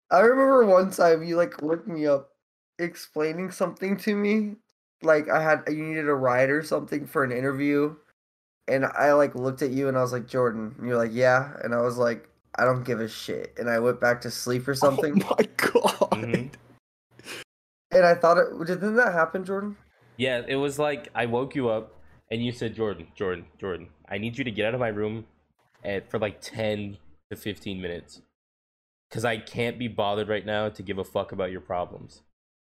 C: I remember one time you like looked me up explaining something to me. Like I had you needed a ride or something for an interview. And I like looked at you and I was like, Jordan, and you're like, Yeah. And I was like, I don't give a shit. And I went back to sleep or something.
A: Oh my god.
B: Mhm.
C: And I thought it didn't that happen, Jordan?
B: Yeah, it was like I woke you up and you said, Jordan, Jordan, Jordan, I need you to get out of my room at, for like 10 to 15 minutes. Because I can't be bothered right now to give a fuck about your problems.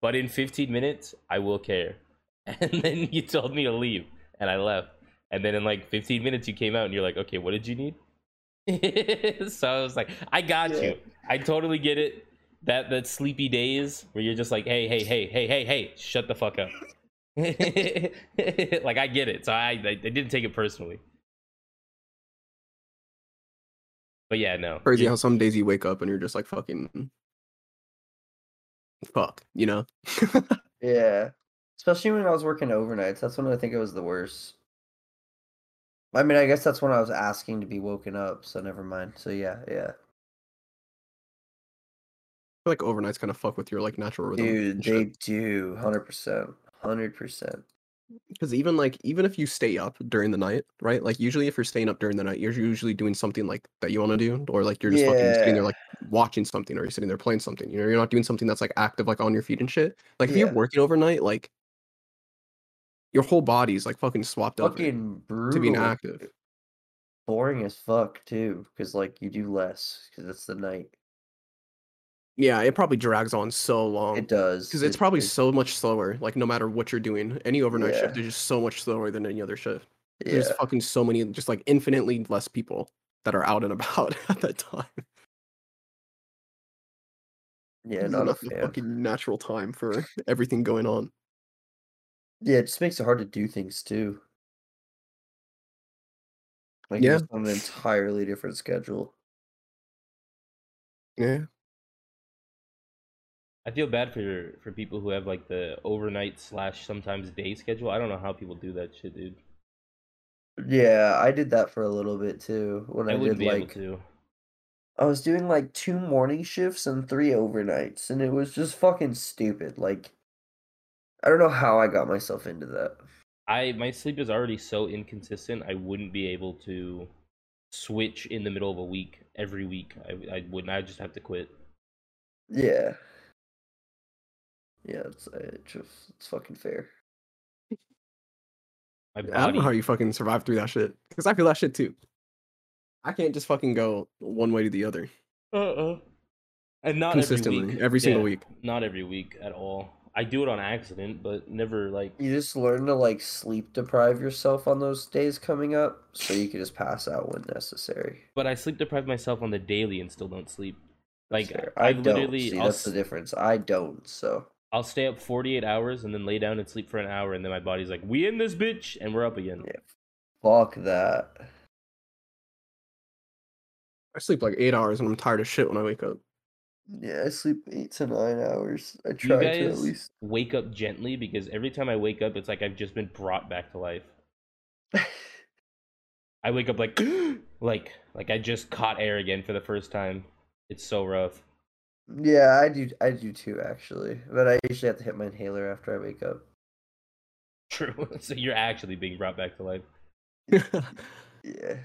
B: But in 15 minutes, I will care. And then you told me to leave and I left. And then in like 15 minutes, you came out and you're like, okay, what did you need? so I was like, I got
C: Yeah.
B: you. I totally get it. That that sleepy days where you're just like, hey, hey, hey, hey, hey, hey, shut the fuck up. like I get it, so I, I I didn't take it personally. But yeah, no.
A: Crazy
B: You-
A: how some days you wake up and you're just like fucking fuck, you know?
C: Yeah. Especially when I was working overnights. That's when I think it was the worst. I mean, I guess that's when I was asking to be woken up, so never mind. So yeah, yeah.
A: I feel like overnights kind of fuck with your like natural rhythm.
C: Dude, they do. 100%. 100%.
A: Because even like even if you stay up during the night, right? Like usually if you're staying up during the night, you're usually doing something like that you want to do, or like you're just fucking sitting
C: Yeah.
A: there like watching something, or you're sitting there playing something. You know, you're not doing something that's like active, like on your feet and shit. Like if
C: Yeah.
A: you're working overnight, like your whole body's like fucking swapped up
C: Fucking brutal.
A: to being active.
C: Boring as fuck, too, because, like, you do less, because it's the night.
A: Yeah, it probably drags on so long.
C: It does.
A: Because Oh, it's
C: it-
A: probably
C: it-
A: so much slower. Like no matter what you're doing, any overnight
C: Yeah.
A: shift is just so much slower than any other shift. There's
C: yeah.
A: fucking so many, just like infinitely less people that are out and about at that time.
C: Yeah,
A: There's
C: not a
A: enough
C: fan.
A: fucking natural time for everything going on.
C: Yeah, it just makes it hard to do things, too. Like,
A: Yeah.
C: you're just on an entirely different schedule.
A: Yeah.
B: I feel bad for for people who have like the overnight slash sometimes day schedule. I don't know how people do that shit, dude.
C: Yeah, I did that for a little bit too. When
B: I
C: I,
B: wouldn't
C: did
B: be
C: like,
B: able to.
C: I was doing like two morning shifts and three overnights, and it was just fucking stupid. Like, I don't know how I got myself into that.
B: I my sleep is already so inconsistent. I wouldn't be able to switch in the middle of a week every week. I I wouldn't. I just have to quit.
C: Yeah. Yeah, it's it just it's fucking fair.
B: My
A: I don't
B: body.
A: know how you fucking survive through that shit. Because I feel that shit too. I can't just fucking go one way to the other
B: Uh-uh. And not
A: consistently
B: every
A: every,
B: week.
A: single
B: Yeah.
A: week.
B: Not every week at all. I do it on accident, but never like.
C: You just learn to like sleep deprive yourself on those days coming up, so you can just pass out when necessary.
B: But I sleep deprive myself on the daily and still don't sleep. Like
C: That's fair.
B: I,
C: I don't.
B: literally,
C: See,
B: I'll,
C: that's the
B: s-
C: difference. I don't. So
B: I'll stay up forty eight hours and then lay down and sleep for an hour, and then my body's like, "We in this bitch," and we're up again.
C: Yeah. fuck that.
A: I sleep like eight hours and I'm tired as shit when I wake up.
C: Yeah, I sleep eight to nine hours. I
B: You
C: try to at
B: guys
C: least.
B: wake up gently because every time I wake up, it's like I've just been brought back to life. I wake up like, like, like I just caught air again for the first time. It's so rough.
C: Yeah, I do. I do too, actually. But I usually have to hit my inhaler after I wake up.
B: True. so you're actually being brought back to life.
C: Yeah.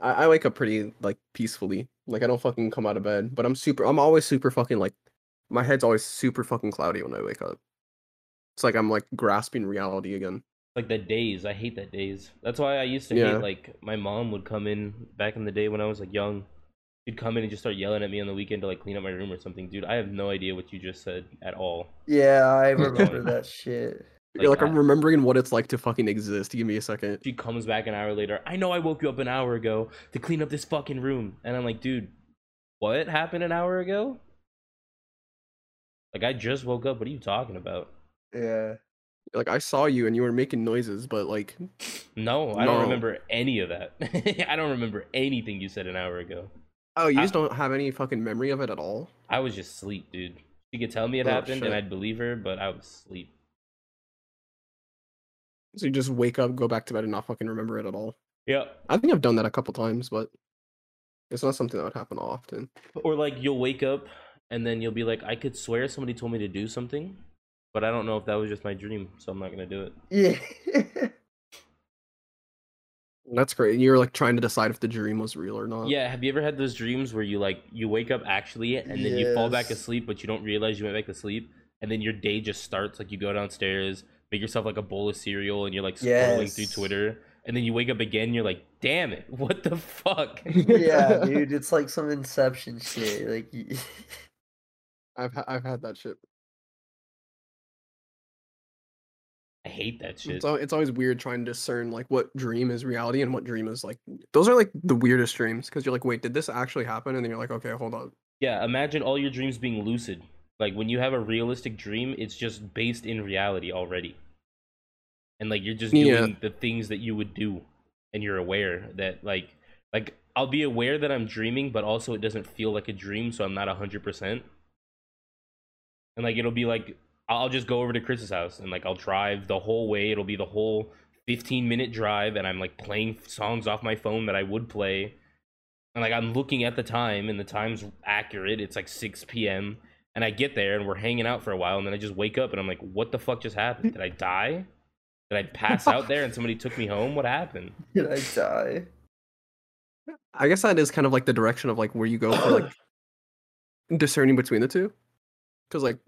A: I, I wake up pretty like peacefully. Like I don't fucking come out of bed, but I'm super. I'm always super fucking like. My head's always super fucking cloudy when I wake up. It's like I'm like grasping reality again.
B: like the days i hate that days that's why i used to
A: Yeah.
B: hate like my mom would come in back in the day when i was like young she'd come in and just start yelling at me on the weekend to like clean up my room or something dude i have no idea what you just said at all
C: Yeah, I
B: Keep going.
C: remember that shit.
A: You're like,
B: Like,
A: I'm remembering what it's like to fucking exist. Give me a second.
B: She comes back an hour later. I know I woke you up an hour ago to clean up this fucking room. And I'm like, dude, what happened an hour ago? Like, I just woke up. What are you talking about?
C: Yeah.
A: Like I saw you and you were making noises, but like
B: No, I don't
A: No.
B: remember any of that. I don't remember anything you said an hour ago.
A: oh, you
B: I-
A: just don't have any fucking memory of it at all.
B: I was just asleep, dude. She could tell me it
A: Oh,
B: happened
A: shit.
B: and I'd believe her, but I was asleep.
A: So you just wake up, go back to bed, and not fucking remember it at all.
B: Yep.
A: I think I've done that a couple times, but it's not something that would happen often.
B: Or like you'll wake up and then you'll be like, I could swear somebody told me to do something, but I don't know if that was just my dream, so I'm not gonna do it.
C: Yeah.
A: That's great. You're like trying to decide if the dream was real or not.
B: Yeah, have you ever had those dreams where you like you wake up actually and then you fall back
C: Yes.
B: asleep but you don't realize you went back to sleep and then your day just starts like you go downstairs, make yourself like a bowl of cereal and you're like scrolling through
C: Yes.
B: Twitter and then you wake up again you're like, "Damn it. What the fuck?"
C: yeah, dude. It's like some inception shit. Like y-
A: I've ha- I've had that shit.
B: I hate that shit.
A: It's, al- it's always weird trying to discern like what dream is reality and what dream is like. Those are like the weirdest dreams because you're like, wait, did this actually happen? And then you're like, okay, hold on.
B: Yeah, imagine all your dreams being lucid. Like when you have a realistic dream, it's just based in reality already. And like you're just doing
A: Yeah.
B: the things that you would do and you're aware that like like I'll be aware that I'm dreaming, but also it doesn't feel like a dream, so I'm not 100%. And like it'll be like I'll just go over to Chris's house and like I'll drive the whole way. It'll be the whole 15 minute drive and I'm like playing songs off my phone that I would play. And like I'm looking at the time and the time's accurate. It's like 6 p.m. And I get there and we're hanging out for a while and then I just wake up and I'm like, what the fuck just happened? Did I die? Did I pass out there and somebody took me home? What happened?
C: did I die?
A: I guess that is kind of like the direction of like where you go for like discerning between the two. Cause like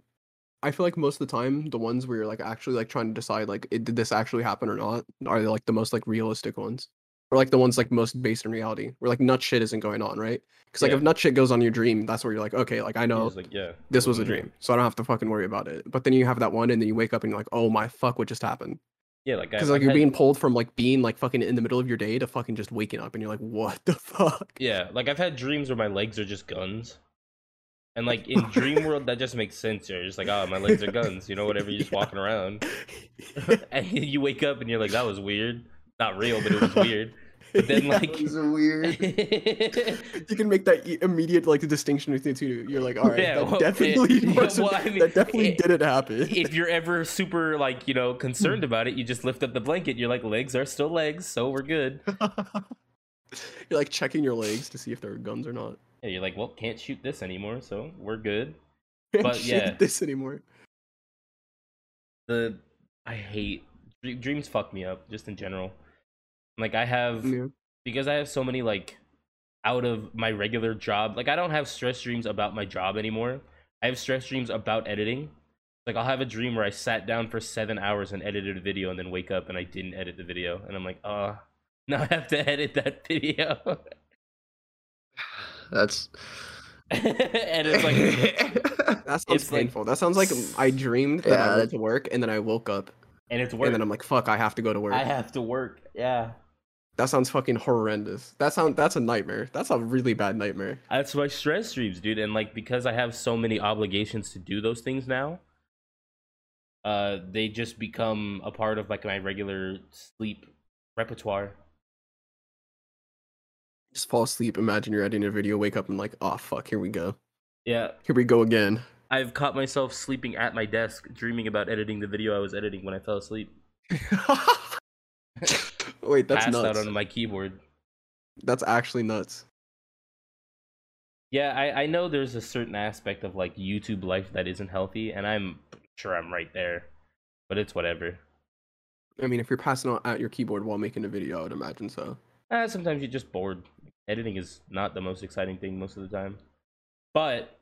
A: I feel like most of the time the ones where you're like actually like trying to decide like it, did this actually happen or not are like the most like realistic ones. Or like the ones like most based in reality. Where like nut shit isn't going on, right? Because like
B: Yeah.
A: if nut shit goes on in your dream, that's where you're like, okay, like I
B: I
A: know
B: was like, mm-hmm. yeah.
A: this was a dream. So I don't have to fucking worry about it. But then you have that one and then you wake up and you're like, oh my fuck, what just happened?
B: Yeah, like I-
A: Because like
B: I've
A: you're
B: had-
A: being pulled from like being like fucking in the middle of your day to fucking just waking up and you're like, what the fuck?
B: Yeah, like I've had dreams where my legs are just guns. And like in dream world that just makes sense. You're just like, oh my legs are guns, you know, whatever, you're just
A: Yeah.
B: walking around. and you wake up and you're like, that was weird. Not real, but it was weird. But then like
C: These are weird.
A: you can make that i- immediate like distinction between the two. You're like, all right,
B: Yeah,
A: that
B: well, yeah,
A: definitely
B: yeah,
A: wasn't,
B: well, I mean,
A: that definitely
B: it-
A: didn't happen.
B: if you're ever super like, you know, concerned about it, you just lift up the blanket, you're like, legs are still legs, so we're good.
A: you're like checking your legs to see if there are guns or not.
B: And you're like, well, can't shoot this anymore, so we're good. But
A: Shit,
B: yeah.
A: this anymore.
B: The I hate dre- dreams fuck me up, just in general. Like I have
A: Yeah.
B: because I have so many like out of my regular job. Like I don't have stress dreams about my job anymore. I have stress dreams about editing. Like I'll have a dream where I sat down for seven hours and edited a video, and then wake up and I didn't edit the video, and I'm like, uh, now I have to edit that video.
C: That's
B: and it's like,
A: That sounds
B: It's like-
A: painful. that sounds like I dreamed that
C: Yeah,
A: I went
C: that-
A: to work and then I woke up
B: and it's work.
A: and then I'm like, fuck, I have to go to work.
B: I have to work. Yeah,
A: That sounds fucking horrendous. That sound that's a nightmare. That's a really bad nightmare.
B: that's my stress dreams, dude. And like because I have so many obligations to do those things now, uh, they just become a part of like my regular sleep repertoire.
A: Just fall asleep, imagine you're editing a video, wake up and like, oh fuck, here we go.
B: Yeah,
A: Here we go again.
B: I've caught myself sleeping at my desk, dreaming about editing the video I was editing when I fell asleep.
A: Wait, that's
B: Passed
A: nuts.
B: out on my keyboard.
A: That's actually nuts.
B: Yeah, I, I know there's a certain aspect of like YouTube life that isn't healthy, and I'm sure I'm right there, but it's whatever.
A: I mean, if you're passing out at your keyboard while making a video, I would imagine so.
B: Eh, sometimes you're just bored. Editing is not the most exciting thing most of the time. But,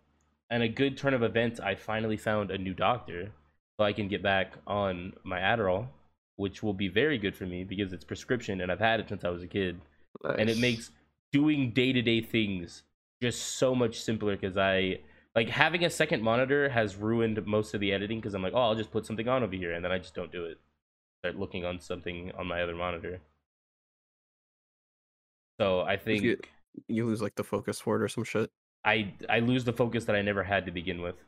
B: in a good turn of events, I finally found a new doctor so I can get back on my Adderall, which will be very good for me because it's prescription and I've had it since I was a kid. And it makes doing day to day things just so much simpler because I, like having a second monitor has ruined most of the editing because I'm like, oh, I'll just put something on over here, and then I just don't do it. Start looking on something on my other monitor. So I
A: If
B: think
A: you- You lose like the focus for it or some shit.
B: I I lose the focus that I never had to begin with.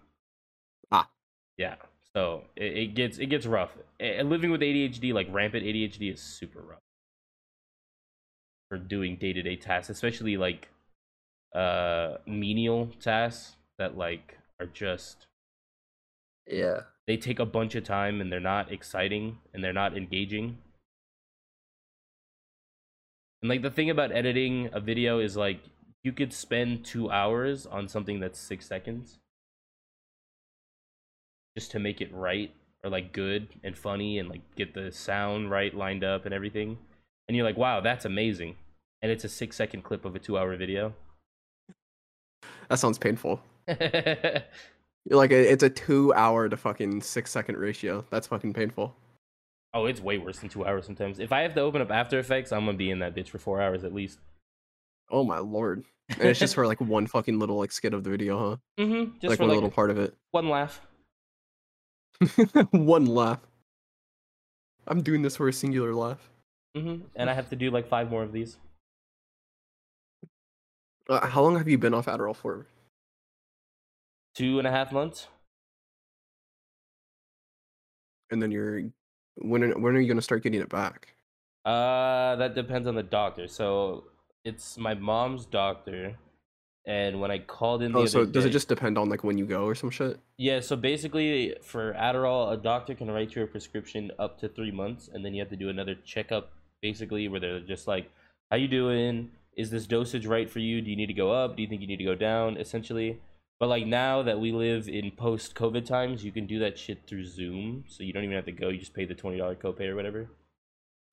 A: Ah.
B: Yeah. So it, it gets it gets rough. A- living with ADHD, like rampant ADHD, is super rough for doing day to day tasks, especially like uh menial tasks that like are just
C: Yeah.
B: they take a bunch of time and they're not exciting and they're not engaging. And like the thing about editing a video is like you could spend two hours on something that's six seconds just to make it right or like good and funny and like get the sound right lined up and everything. And you're like, wow, that's amazing. And it's a six second clip of a two hour video.
A: That sounds painful.
B: yeah,
A: Like it- it's a two hour to fucking six second ratio. That's fucking painful.
B: Oh, it's way worse than two hours sometimes. If I have to open up After Effects, I'm gonna be in that bitch for four hours at least.
A: Oh my lord. And it's just for like one fucking little like skit of the video, huh?
B: mm-hmm, just
A: like
B: for
A: one
B: like
A: little part of it.
B: one laugh.
A: one laugh. I'm doing this for a singular laugh.
B: Mm-hmm. And I have to do like five more of these.
A: Uh, how long have you been off Adderall for?
B: Two and a half months.
A: And then you're when are, when are you gonna start getting it back?
B: Uh, that depends on the doctor. So it's my mom's doctor, and when I called in the
A: Oh,
B: other
A: so does it
B: day-
A: just depend on like when you go or some shit?
B: yeah? So basically, for Adderall, a doctor can write you a prescription up to three months, and then you have to do another checkup, basically, where they're just like, "How you doing? Is this dosage right for you? Do you need to go up? Do you think you need to go down?" Essentially. But like now that we live in post COVID times, you can do that shit through Zoom, so you don't even have to go. You just pay the twenty dollar copay or whatever.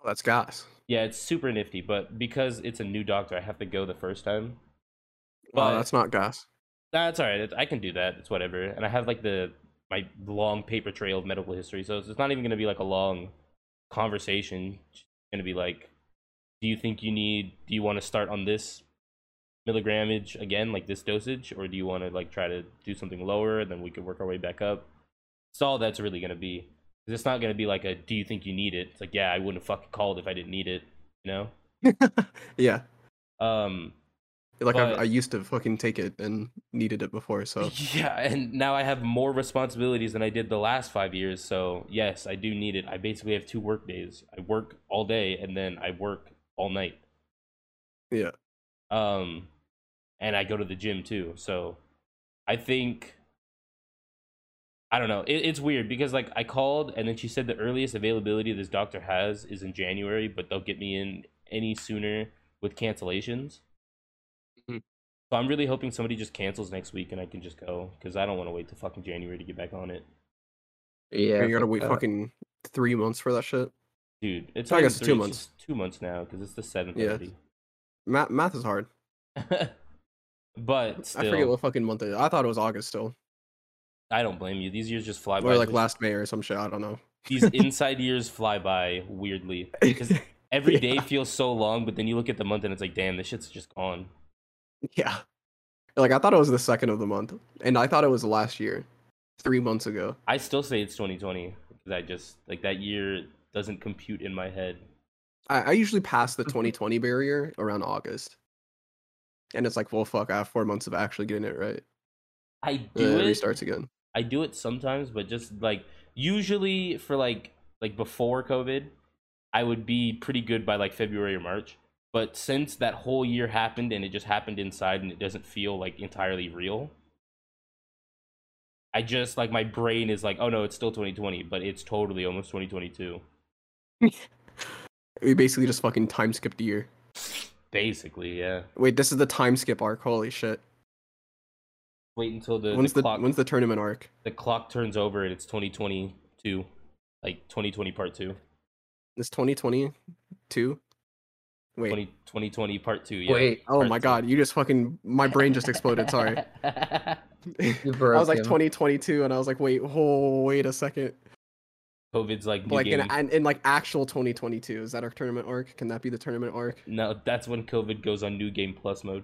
A: Oh, that's gas.
B: Yeah, it's super nifty, but because it's a new doctor, I have to go the first time.
A: Wow,
B: But-
A: Oh, that's not gas.
B: That's all right. It's, I can do that. It's whatever. And I have like the my long paper trail of medical history, so it's it's not even gonna be like a long conversation. It's gonna be like, do you think you need? Do you want to start on this milligrammage again, like this dosage, or do you want to like try to do something lower and then we could work our way back up? It's all that's really gonna be. 'Cause It's not gonna be like a do you think you need it? It's like yeah, I wouldn't have fucking called if I didn't need it, you know.
A: Yeah,
B: Um,
A: like
B: But-
A: I, I used to fucking take it and needed it before. So
B: Yeah, and now I have more responsibilities than I did the last five years. So yes, I do need it. I basically have two work days. I work all day and then I work all night.
A: Yeah.
B: Um, and I go to the gym too. So I think I don't know. It, it's weird because like I called and then she said the earliest availability this doctor has is in January, but they'll get me in any sooner with cancellations.
A: Mhm.
B: So I'm really hoping somebody just cancels next week and I can just go because I don't want to wait till fucking January to get back on it,
C: Yeah.
A: you gotta
C: fuck
A: wait
C: that.
A: fucking three months for that shit.
B: dude. It's
A: I
B: not even
A: guess it's two
B: three,
A: months.
B: just two months now because it's the seventh
A: Yeah.
B: already.
A: Math math is hard.
B: but still,
A: I
B: I,
A: forget what fucking month it is. I thought it was August still,
B: don't blame you. These years just fly by.
A: or like
B: These-
A: last May or some shit. I don't know.
B: These inside years fly by weirdly. 'Cause Every day feels so long, but then you look at the month and it's like, damn, this shit's just gone.
A: Yeah. Like I thought it was the second of the month, and I thought it was last year, three months ago.
B: I still say it's 2020 because I just like that year doesn't compute in my head.
A: I, I usually pass the 2020 barrier around August, and it's like, well, fuck, I have four months of actually getting it right.
B: I
A: And
B: do
A: then it
B: it.
A: restarts again.
B: I do it sometimes, but just like usually for like like before COVID, I would be pretty good by like February or March. But since that whole year happened and it just happened inside and it doesn't feel like entirely real, I just like my brain is like, oh no, it's still 2020, but it's totally almost 2022.
A: We basically just fucking time skipped a year.
B: Basically, yeah.
A: Wait, this is the time skip arc. Holy shit!
B: Wait until the,
A: when's
B: the
A: the,
B: clock
A: when's the tournament arc?
B: the clock turns over and it's 2022, like 2020 part two,
A: It's 2022. Wait.
B: 20, 2020 part two. Yeah.
C: Wait.
A: oh
B: part
A: my
B: two.
A: god, you just fucking my brain just exploded. Sorry.
C: You
A: I
C: broke
A: was like
C: him.
A: 2022, and I was like, wait, oh, wait a second.
B: COVID's like new
A: like in,
B: game.
A: in in like actual 2022 is that our tournament arc can that be the tournament arc
B: no, that's when COVID goes on new game plus mode.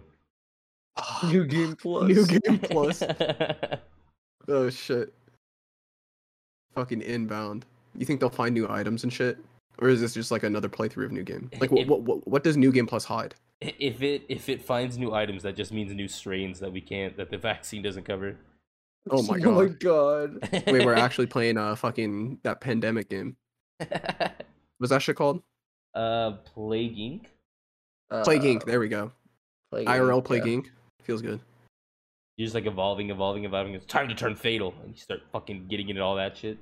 C: New Game Plus.
A: New Game Plus. oh shit. Fucking inbound. You think they'll find new items and shit? Or is this just like another playthrough of new game? Like what
B: If-
A: what what, what does new game plus hide?
B: if it if it finds new items, that just means new strains that we can't that the vaccine doesn't cover.
A: Oh my
C: Oh my
A: god.
C: god.
A: Wait, we're actually playing uh fucking that pandemic game. Was that shit called?
B: uh, Plague Inc.
A: Plague
C: Uh,
A: Inc. There we go.
C: Plague
A: IRL
C: Inc,
A: Plague
C: yeah.
A: Inc. Feels good.
B: You're just like evolving, evolving, evolving. It's time to turn fatal, and you start fucking getting into all that shit.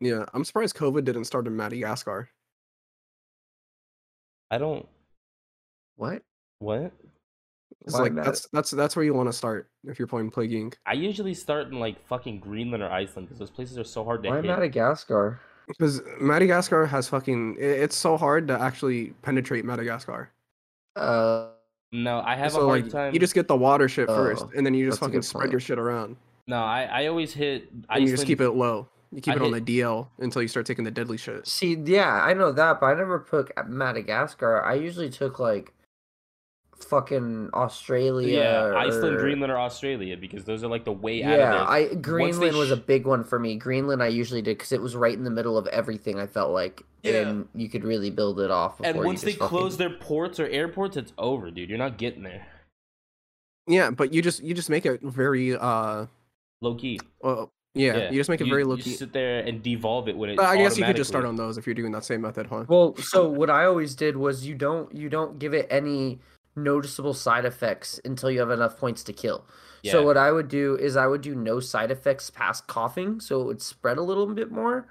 A: Yeah, I'm surprised COVID didn't start in Madagascar.
B: I don't.
C: What?
B: What?
A: It's
C: Why
A: like
C: Mad-
A: that's that's that's where you want to start if you're playing Plague Inc.
B: I usually start in like fucking Greenland or Iceland because those places are so hard to
C: Why
B: hit.
C: Madagascar?
A: Because Madagascar has fucking i- it's so hard to actually penetrate Madagascar.
C: Uh,
B: no, I have a
A: so
B: hard
A: like
B: time.
A: you just get the water shit first,
C: Oh,
A: and then you just
C: that's a
A: fucking
C: good
A: spread
C: point.
A: your shit around,
B: no, I, I always hit.
A: and you just keep it low. You keep
B: I
A: it on
B: hit-
A: the DL until you start taking the deadly shit.
C: see, yeah, I know that, but I never took Madagascar. I usually took like fucking Australia.
B: Yeah, Iceland,
C: or-
B: Greenland, or Australia because those are like the way out of
C: Yeah,
B: it.
C: I Greenland was a
B: sh-
C: big one for me. Greenland, I usually did because it was right in the middle of everything. I felt like,
B: Yeah.
C: and you could really build it off.
B: and
C: before you
B: once they
C: just fucking-
B: close their ports or airports, it's over, dude. You're not getting there.
A: Yeah, but you just you just make it very uh,
B: Low key.
A: uh yeah, you just make it
B: you-
A: very low
B: you
A: key.
B: sit there and devolve it when it.
A: But I guess you could just start on
B: automatically-
A: those if you're doing that same method, huh?
C: Well, so what I always did was you don't you don't give it any noticeable side effects until you have enough points to kill. So
B: Yeah.
C: what I would do is I would do no side effects past coughing, so it would spread a little bit more.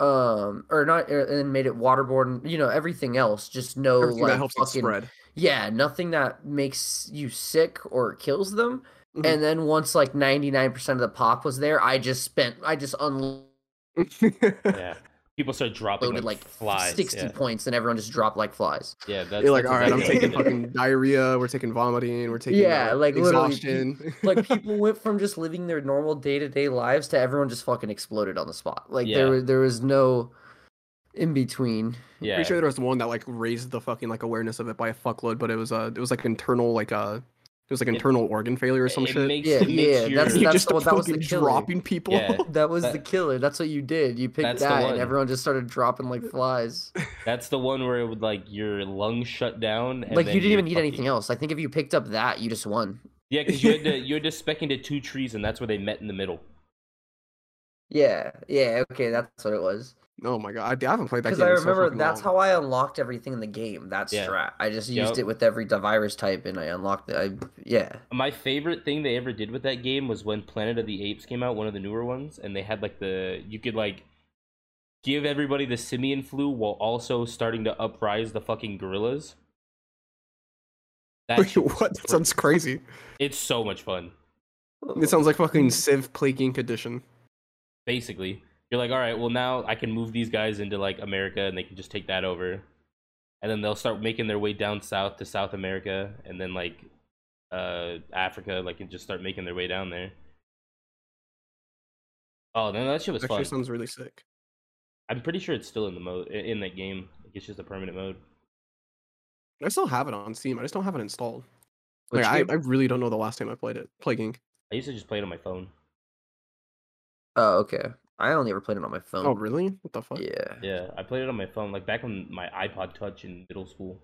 C: Um, or not, er, and then made it waterborne. You know everything else, just no
A: Everything
C: like
A: that helps it
C: fucking
A: spread.
C: yeah, nothing that makes you sick or kills them.
A: Mhm.
C: And then once like ninety nine percent of the pop was there, I just spent I just unloaded
B: Yeah. People start dropping like,
C: like,
B: flies.
C: sixty
B: yeah.
C: points, and everyone just dropped like flies.
B: yeah, that's
A: You're like,
B: that's
A: all right, I'm
B: exactly
A: taking
B: what I did.
A: fucking diarrhea. We're taking vomiting. We're taking
C: Yeah,
A: uh,
C: like, literally, pe-
A: exhaustion.
C: like people went from just living their normal day to day lives to everyone just fucking exploded on the spot. Like
B: Yeah.
C: there was there was no in between.
B: Yeah,
A: Pretty sure there was one that like raised the fucking like awareness of it by a fuckload, but it was uh, it was like internal like uh, it was like
B: It-
A: internal organ failure or some
B: it
A: shit.
B: Makes,
C: Yeah,
B: it makes
C: yeah,
B: your-
C: that's-
A: you
C: that's
A: just
C: the
A: start
C: one- that was the
A: fucking
C: killer.
A: dropping people.
B: Yeah.
C: That was the
B: That-
C: killer. That's what you did. You picked
B: That's the
C: that,
B: one.
C: and everyone just started dropping like flies.
B: That's the one where it would like your lungs shut down. And
C: like you
B: then
C: didn't
B: you're
C: even need anything
B: fucking-
C: else. I think if you picked up that, you just won.
B: Yeah, because you had to you had to spec into two trees, and that's where they met in the middle.
C: Yeah, yeah, okay, that's what it was.
A: Oh my god, I, I haven't played that
C: Because
A: game.
C: I remember that's how I unlocked everything in the game. That
B: Yeah.
C: strat. I just used
B: Yup.
C: it with every d- virus type, and I unlocked it. I yeah.
B: My favorite thing they ever did with that game was when Planet of the Apes came out, one of the newer ones, and they had like the you could like give everybody the simian flu while also starting to uprise the fucking gorillas. That
A: Wait,
B: shit-
A: what? That sounds crazy.
B: it's so much fun.
A: It sounds like fucking Civ Plague Inc. edition.
B: Basically, you're like, all right, well now I can move these guys into like America, and they can just take that over, and then they'll start making their way down south to South America, and then like uh Africa, like and just start making their way down there. Oh no, that shit was
A: Actually,
B: fun.
A: sounds really sick.
B: I'm pretty sure it's still in the mode i- in that game. Like, it's just a permanent mode.
A: I still have it on Steam. I just don't have it installed.
C: Which
A: Like, I,
C: game?
A: I really don't know the last time I played it. Plague Inc.
B: I used to just play it on my phone.
C: Oh, okay. I only ever played it on my phone.
A: Oh really? What the fuck?
C: Um, Yeah.
B: Yeah, I played it on my phone, like back on my iPod Touch in middle school.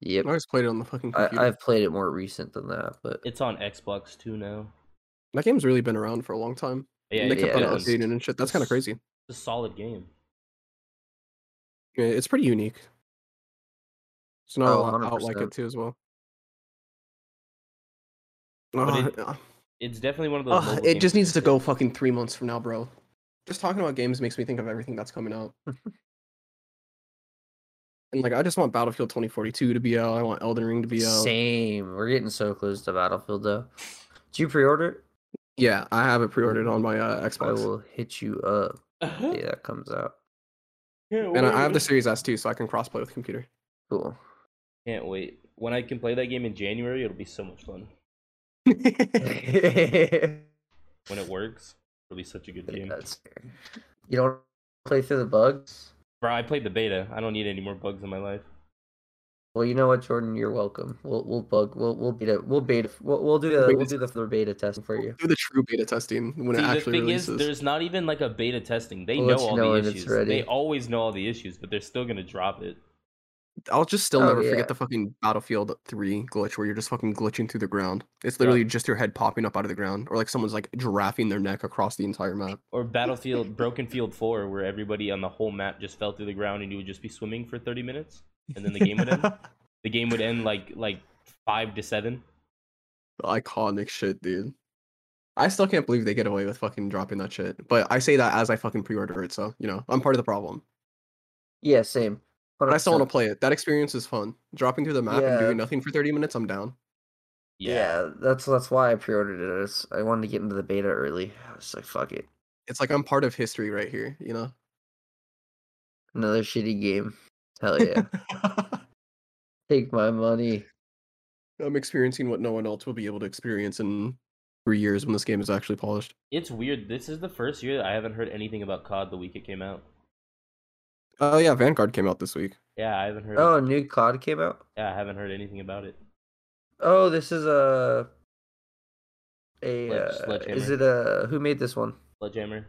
C: Yep.
A: I just played it on the fucking
C: I,
A: computer.
C: I've played it more recent than that, but
B: It's on Xbox too now.
A: That game's really been around for a long time.
B: Yeah,
A: they
B: it's
A: kept
C: yeah,
A: on
B: it's-
A: updating it and shit. That's kind of
B: it's-
A: crazy.
B: it's a solid game.
A: Yeah, It's pretty unique. It's not
C: Oh,
A: a lot out like it
C: 100%.
A: too as well.
B: But
A: Ah,
B: it-
A: ah,
B: It's definitely one of those.
A: ah,
B: mobile
A: it
B: games
A: just
B: that
A: needs to
B: fit.
A: go fucking three months from now, bro. Just talking about games makes me think of everything that's coming out. and like, I just want Battlefield 2042 to be out. I want Elden Ring to be out.
C: same. We're getting so close to Battlefield though. Do you pre-order it?
A: Yeah, I have it pre-ordered on my uh,
C: I
A: Xbox,
C: will hit you up the day that comes out.
B: Can't
A: and I I have
B: wait.
A: the Series S too, so I can cross-play with computer.
C: Cool.
B: Can't wait. When I can play that game in January, it'll be so much fun. When it works, it'll be such a good game.
C: That's fair. You don't play through the bugs?
B: Bro, I played the beta. I don't need any more bugs in my life.
C: Well, you know what, Jordan, you're welcome. We'll we'll bug we'll we'll beta we'll beta we'll, we'll do the
A: Beta
C: we'll do the further beta testing for you.
A: Do the true beta testing when
B: See,
A: it
B: the
A: actually
B: thing
A: releases.
B: is, there's not even like a beta testing. They
C: We'll
B: know
C: let you
B: all
C: know when
B: the
C: it's
B: issues.
C: ready.
B: They always know all the issues, but they're still gonna drop it.
A: I'll just still
C: Oh,
A: never
C: yeah.
A: forget the fucking Battlefield 3 glitch where you're just fucking glitching through the ground. It's literally just your head popping up out of the ground, or like someone's like giraffing their neck across the entire map.
B: Or Battlefield Broken Field Four, where everybody on the whole map just fell through the ground, and you would just be swimming for 30 minutes, and then the game would end. the game would end like like five to seven.
A: Iconic shit, dude. I still can't believe they get away with fucking dropping that shit. But I say that as I fucking pre-order it, so you know I'm part of the problem.
C: Yeah, same.
A: But I still want to play it. That experience is fun. Dropping through the map and
C: Yeah.
A: doing nothing for 30 minutes, I'm down.
C: Yeah. that's that's why I pre-ordered it. I, was- I wanted to get into the beta early. I was like, fuck it,
A: It's like I'm part of history right here, you know.
C: another shitty game. Hell Oh, yeah, take my money.
A: I'm experiencing what no one else will be able to experience in three years when this game is actually polished.
B: It's weird. This is the first year that I haven't heard anything about COD the week it came out.
A: Oh yeah, Vanguard came out this week.
B: Yeah, I haven't heard.
C: Oh, a new COD came out.
B: Yeah, I haven't heard anything about it.
C: Oh, this is a a
B: Sledge-
C: uh, is
B: Sledgehammer.
C: it a who made this one?
B: Sledgehammer.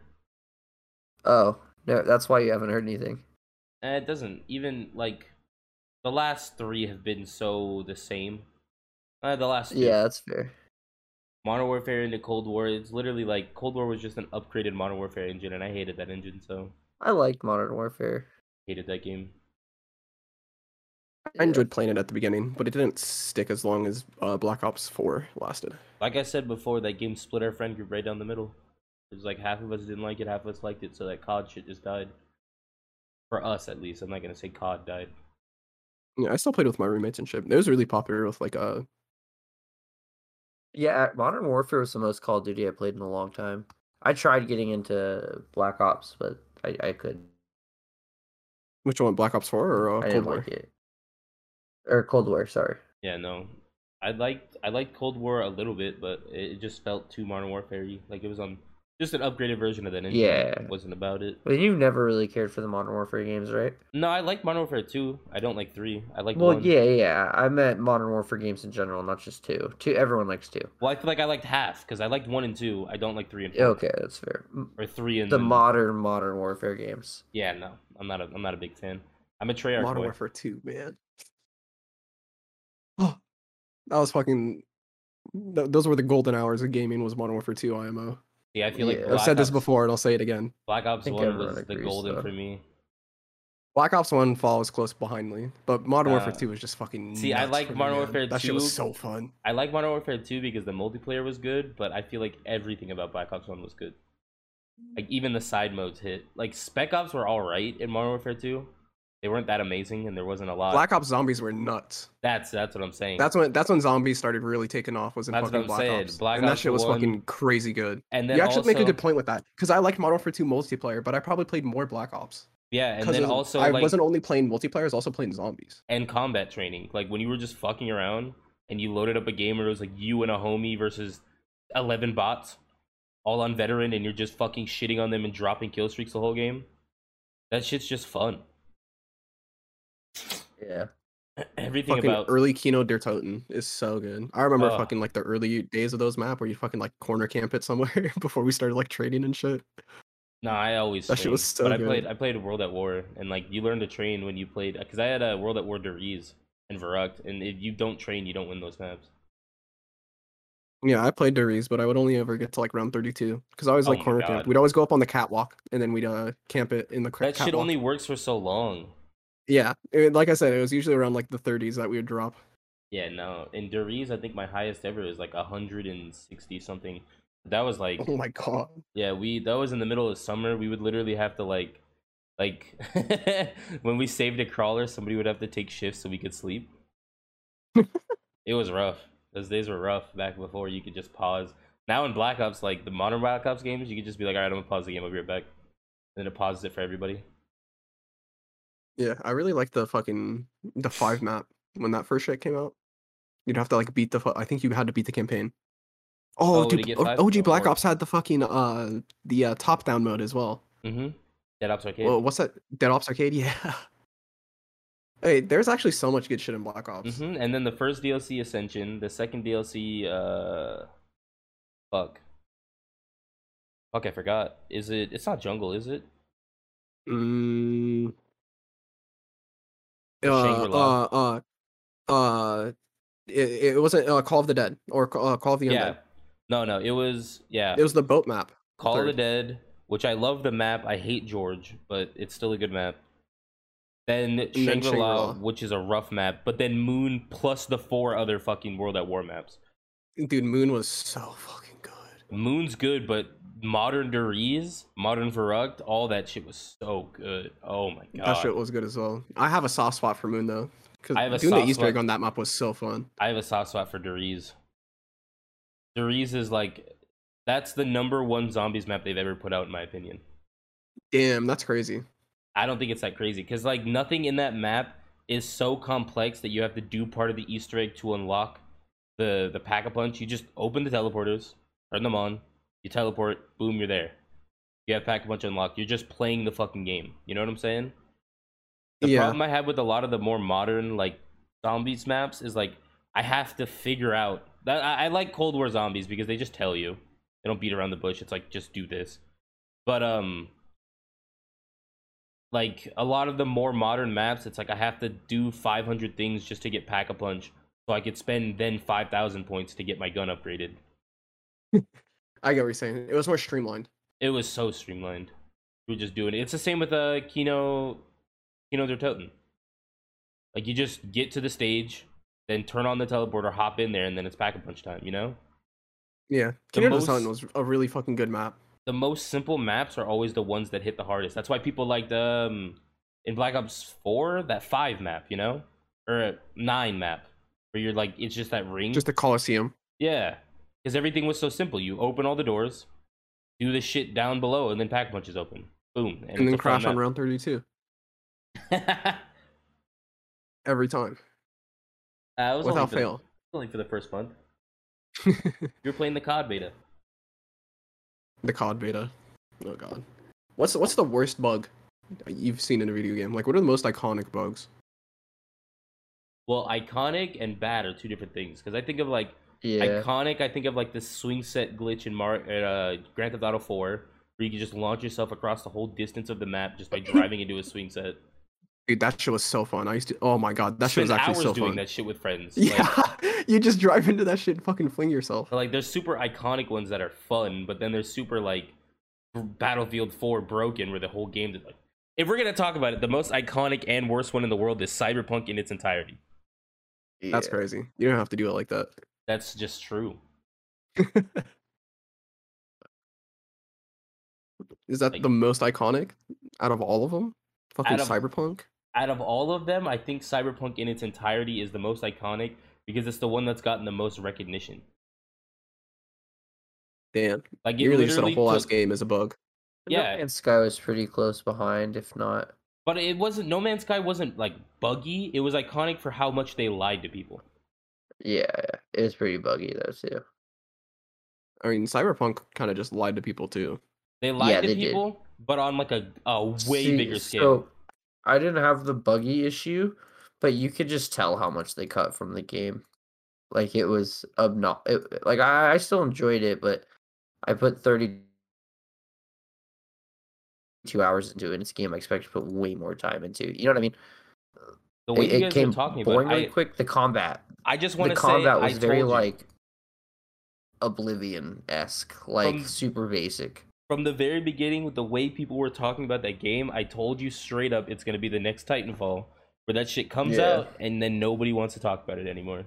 C: Oh no, that's why you haven't heard anything.
B: Eh, it doesn't even like the last three have been so the same. Uh, the last two.
C: Yeah, that's fair.
B: Modern Warfare into Cold War. It's literally like Cold War was just an upgraded Modern Warfare engine, and I hated that engine so
C: I liked Modern Warfare.
B: hated that game.
A: I
C: Yeah.
A: enjoyed playing it at the beginning, but it didn't stick as long as uh, Black Ops 4 lasted.
B: Like I said before, that game split our friend group right down the middle. It was like half of us didn't like it, half of us liked it, so that COD shit just died. For us, at least. I'm not gonna say COD died.
A: Yeah, I still played with my roommates and shit. It was really popular with like uh
C: Yeah, Modern Warfare was the most Call of Duty I played in a long time. I tried getting into Black Ops, but I, I couldn't.
A: which one, Black Ops 4 or uh,
C: I
A: Cold
C: didn't
A: War?
C: like it. Or Cold War, sorry.
B: Yeah, no. I liked I liked Cold War a little bit, but it it just felt too Modern Warfare y. Like it was on just an upgraded version of that engine.
C: Yeah.
B: It wasn't about it.
C: But you've never really cared for the Modern Warfare games, right?
B: No, I like Modern Warfare 2. I don't like 3. I like
C: well,
B: 1.
C: yeah, yeah. I meant Modern Warfare games in general, not just two. Two, everyone likes two.
B: Well, I feel like I liked half because I liked one and two. I don't like three and
C: Yeah,
B: four.
C: Okay, that's fair. M-
B: Or three and
C: The
B: then-
C: modern Modern Warfare games.
B: Yeah, no, I'm not a I'm not a big fan. I'm a Treyarch
A: Modern
B: boy.
A: Warfare 2, man. Oh, that was fucking th- those were the golden hours of gaming was Modern Warfare 2 IMO.
B: Yeah, I feel like
C: Yeah.
B: Black
A: I've said this
B: Ops-
A: before and I'll say it again.
B: Black Ops
C: think
B: One
C: everyone
B: was the
C: agrees,
B: golden
C: though.
B: for me.
A: Black Ops 1 follows close behind me, but Modern Warfare
B: Uh,
A: 2 was just fucking
B: see, I
A: nuts
B: like
A: for me,
B: Modern
A: man.
B: Warfare
A: That shit
B: 2.
A: was so fun.
B: I like Modern Warfare Two because the multiplayer was good, but I feel like everything about Black Ops One was good. Like even the side modes hit. Like Spec Ops were all right in Modern Warfare Two. They weren't that amazing, and there wasn't a lot.
A: Black Ops zombies were nuts.
B: that's that's what I'm saying.
A: That's when that's when zombies started really taking off. Was in
B: That's what
A: fucking
B: I'm
A: Black
B: saying,
A: Ops,
B: Black
A: and that
B: Ops
A: shit was
B: 1.
A: fucking crazy good.
B: and then
A: You actually
B: also,
A: make a good point with that because I liked Modern Warfare 2 multiplayer, but I probably played more Black Ops
B: Yeah, and
A: because
B: then also
A: I
B: like,
A: wasn't only playing multiplayer; I was also playing zombies.
B: and combat training. Like when you were just fucking around and you loaded up a game where it was like you and a homie versus 11 bots, all on veteran, and you're just fucking shitting on them and dropping kill streaks the whole game. That shit's just fun.
C: Yeah.
B: Everything
A: fucking
B: about
A: early Kino Der Toten is so good. I remember
B: Ugh.
A: fucking like the early days of those map where you fucking like corner camp it somewhere before we started like trading and shit.
B: no, I always
A: That shit
B: train,
A: was so
B: but I
A: good.
B: played I played World at War and like you learn to train when you played because I had a World at War Duriz and Verrucht, and if you don't train, you don't win those maps.
A: Yeah, I played Duries, but I would only ever get to like round 32 because I always
B: Oh
A: like
B: my
A: corner
B: God.
A: camp. We'd always go up on the catwalk and then we'd uh, camp it in the cra-
B: That shit
A: catwalk.
B: only works for so long.
A: Yeah, it- like I said, it was usually around like the 30s that we would drop.
B: Yeah, no. In Duriz, I think my highest ever is like 160 something. That was like
A: Oh my god.
B: Yeah, we that was in the middle of summer. We would literally have to like like when we saved a crawler, somebody would have to take shifts so we could sleep. it was rough. Those days were rough back before you could just pause. Now in Black Ops, like the modern Black Ops games, you could just be like, all right, I'm gonna pause the game, I'll be right back. And then it pauses it for everybody.
A: Yeah, I really like the fucking the five map when that first shit came out. You'd have to like beat the. Fu- I think you had to beat the campaign. Oh,
B: Oh, to
A: dude,
B: get
A: O-
B: five?
A: OG Black
B: Oh.
A: Ops had the fucking uh the uh, top down mode as well.
B: Mm-hmm. Dead Ops Arcade.
A: Well, what's that? Dead Ops Arcade. Yeah, Hey, there's actually so much good shit in Black Ops.
B: hmm And then the first DLC Ascension, the second DLC, uh, fuck, fuck, I forgot. Is it? It's not Jungle, is it? Mm-hmm.
A: Mm. Uh,
B: Shangri-La.
A: uh, uh, uh, it, it wasn't uh, Call of the Dead or Ca- uh, Call of the
B: yeah.
A: Undead.
B: No, no, it was yeah.
A: It was the boat map.
B: Call of the Dead, which I love the map. I hate George, but it's still a good map. Then Shangri La,
A: Shangri-La.
B: which is a rough map, but then Moon plus the four other fucking World at War maps.
A: Dude, Moon was so fucking good.
B: Moon's good, but Modern Duriz, Modern Verrugged, all that shit was so good. Oh my god.
A: That shit was good as well. I have a soft spot for Moon though, because
B: I have a
A: doing the
B: soft
A: Easter egg
B: spot-
A: on that map was so fun.
B: I have a soft spot for Duriz. Duriz is like that's the number one zombies map they've ever put out in my opinion.
A: Damn, that's crazy.
B: I don't think it's that crazy because like nothing in that map is so complex that you have to do part of the Easter egg to unlock the the pack a punch. You just open the teleporters, turn them on, you teleport, boom, you're there. You have pack a punch unlocked. You're just playing the fucking game. You know what I'm saying? The
A: yeah,
B: problem I have with a lot of the more modern like zombies maps is like I have to figure out that I, I like Cold War zombies because they just tell you. They don't beat around the bush. It's like just do this. But um like a lot of the more modern maps, it's like I have to do 500 things just to get pack a punch so I could spend then 5000 points to get my gun upgraded.
A: I get what you're saying. It was more streamlined.
B: It was so streamlined. We were just doing it. It's the same with uh Kino Kino der Toten. Like you just get to the stage, then turn on the teleporter, hop in there, and then it's pack a punch time, you know?
A: Yeah,
B: The
A: Kingdom of the Sun
B: most-
A: was a really fucking good map.
B: The most simple maps are always the ones that hit the hardest. That's why people liked um in Black Ops 4, that five map, you know? Or uh, nine map. Where you're like it's just that ring.
A: Just the Coliseum.
B: Yeah, because everything was so simple. You open all the doors, do the shit down below, and then pack punches open. Boom,
A: and
B: it's
A: then
B: a fun
A: crash on
B: map.
A: round 32 every time
B: uh, it was only
A: without
B: for the-
A: fail.
B: only for the first month. You were playing the COD beta.
A: the COD beta. Oh god. What's what's the worst bug you've seen in a video game? Like what are the most iconic bugs?
B: Well, iconic and bad are two different things. Because I think of like
C: Yeah.
B: iconic, I think of like the swing set glitch in Mar- uh, Grand Theft Auto 4, where you can just launch yourself across the whole distance of the map just by driving into a swing set.
A: Dude, that shit was so fun. I used to Oh my god, that shit was
B: Spend
A: actually
B: hours
A: so
B: doing
A: fun.
B: that shit with friends. like-
A: yeah. you just drive into that shit and fucking fling yourself.
B: But, like there's super iconic ones that are fun, but then there's super like B- Battlefield 4 broken where the whole game is like if we're gonna talk about it, the most iconic and worst one in the world is Cyberpunk in its entirety.
A: That's crazy. You don't have to do it like that.
B: That's just true.
A: Is that
B: Like-
A: the most iconic out of all of them? Fucking
B: Out of-
A: Cyberpunk?
B: Out of all of them, I think Cyberpunk in its entirety is the most iconic because it's the one that's gotten the most recognition.
A: Damn.
B: Like it
A: You really just said a
B: literally
A: whole ass
B: took-
A: game as a bug.
B: Yeah.
C: And Sky was pretty close behind, if not.
B: but it wasn't No Man's Sky wasn't like buggy. It was iconic for how much they lied to people.
C: Yeah, it was pretty buggy though too.
A: I mean Cyberpunk kinda just lied to people too.
B: They lied
C: Yeah,
B: to
C: they did.
B: people, but on like a, a way
C: See,
B: bigger scale.
C: So I didn't have the buggy issue, but you could just tell how much they cut from the game. Like it was obnox. It, like I, I still enjoyed it, but I put thirty two hours into it. And it's a game I expect to put way more time into. You know what I mean?
B: The way
C: It,
B: you
C: it
B: guys
C: came
B: are talking
C: boring
B: about,
C: really
B: I,
C: quick. The combat,
B: I just want
C: the
B: to say
C: combat
B: I
C: was very
B: told you,
C: like Oblivion esque, like
B: From-
C: super basic.
B: from the very beginning with the way people were talking about that game. I told you straight up it's gonna be the next Titanfall where that shit comes
C: Yeah.
B: out and then nobody wants to talk about it anymore.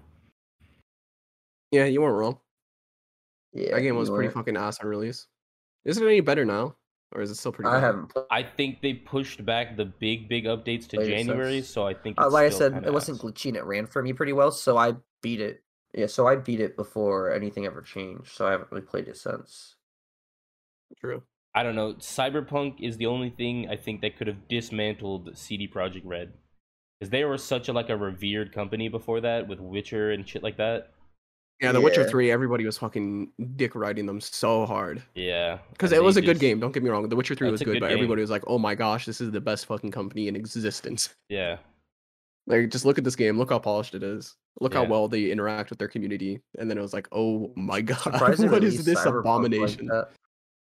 A: Yeah, you weren't wrong.
C: Yeah,
A: That game
C: you
A: was pretty
C: weren't-
A: fucking ass on release. Is it any better now? Or is it still pretty
C: I
A: bad?
C: haven't played.
B: I think they pushed back the big big updates to
C: Played it
B: January,
C: since.
B: so I think
C: Uh,
B: it's
C: like I
B: still
C: said,
B: kinda
C: it wasn't
B: ass.
C: glitchy and it ran for me pretty well, so I beat it. Yeah, so I beat it before anything ever changed, so I haven't really played it since.
A: True.
B: I don't know. Cyberpunk is the only thing I think that could have dismantled CD Projekt Red because they were such a like a revered company before that with Witcher and shit like that.
A: Yeah, The Witcher
C: Yeah.
A: 3, everybody was fucking dick riding them so hard.
B: Yeah,
A: Because
B: and
A: it was
B: they
A: a good
B: just-
A: game, don't get me wrong. The Witcher 3
B: It's
A: was
B: a
A: good,
B: good
A: but
B: game.
A: everybody was like, oh my gosh, this is the best fucking company in existence.
B: Yeah.
A: Like, just look at this game. Look how polished it is. Look how
B: Yeah.
A: well they interact with their community. And then it was like, oh my god,
C: Surprised they
A: what is
C: released
A: this
C: Cyberpunk like
A: abomination?
C: that.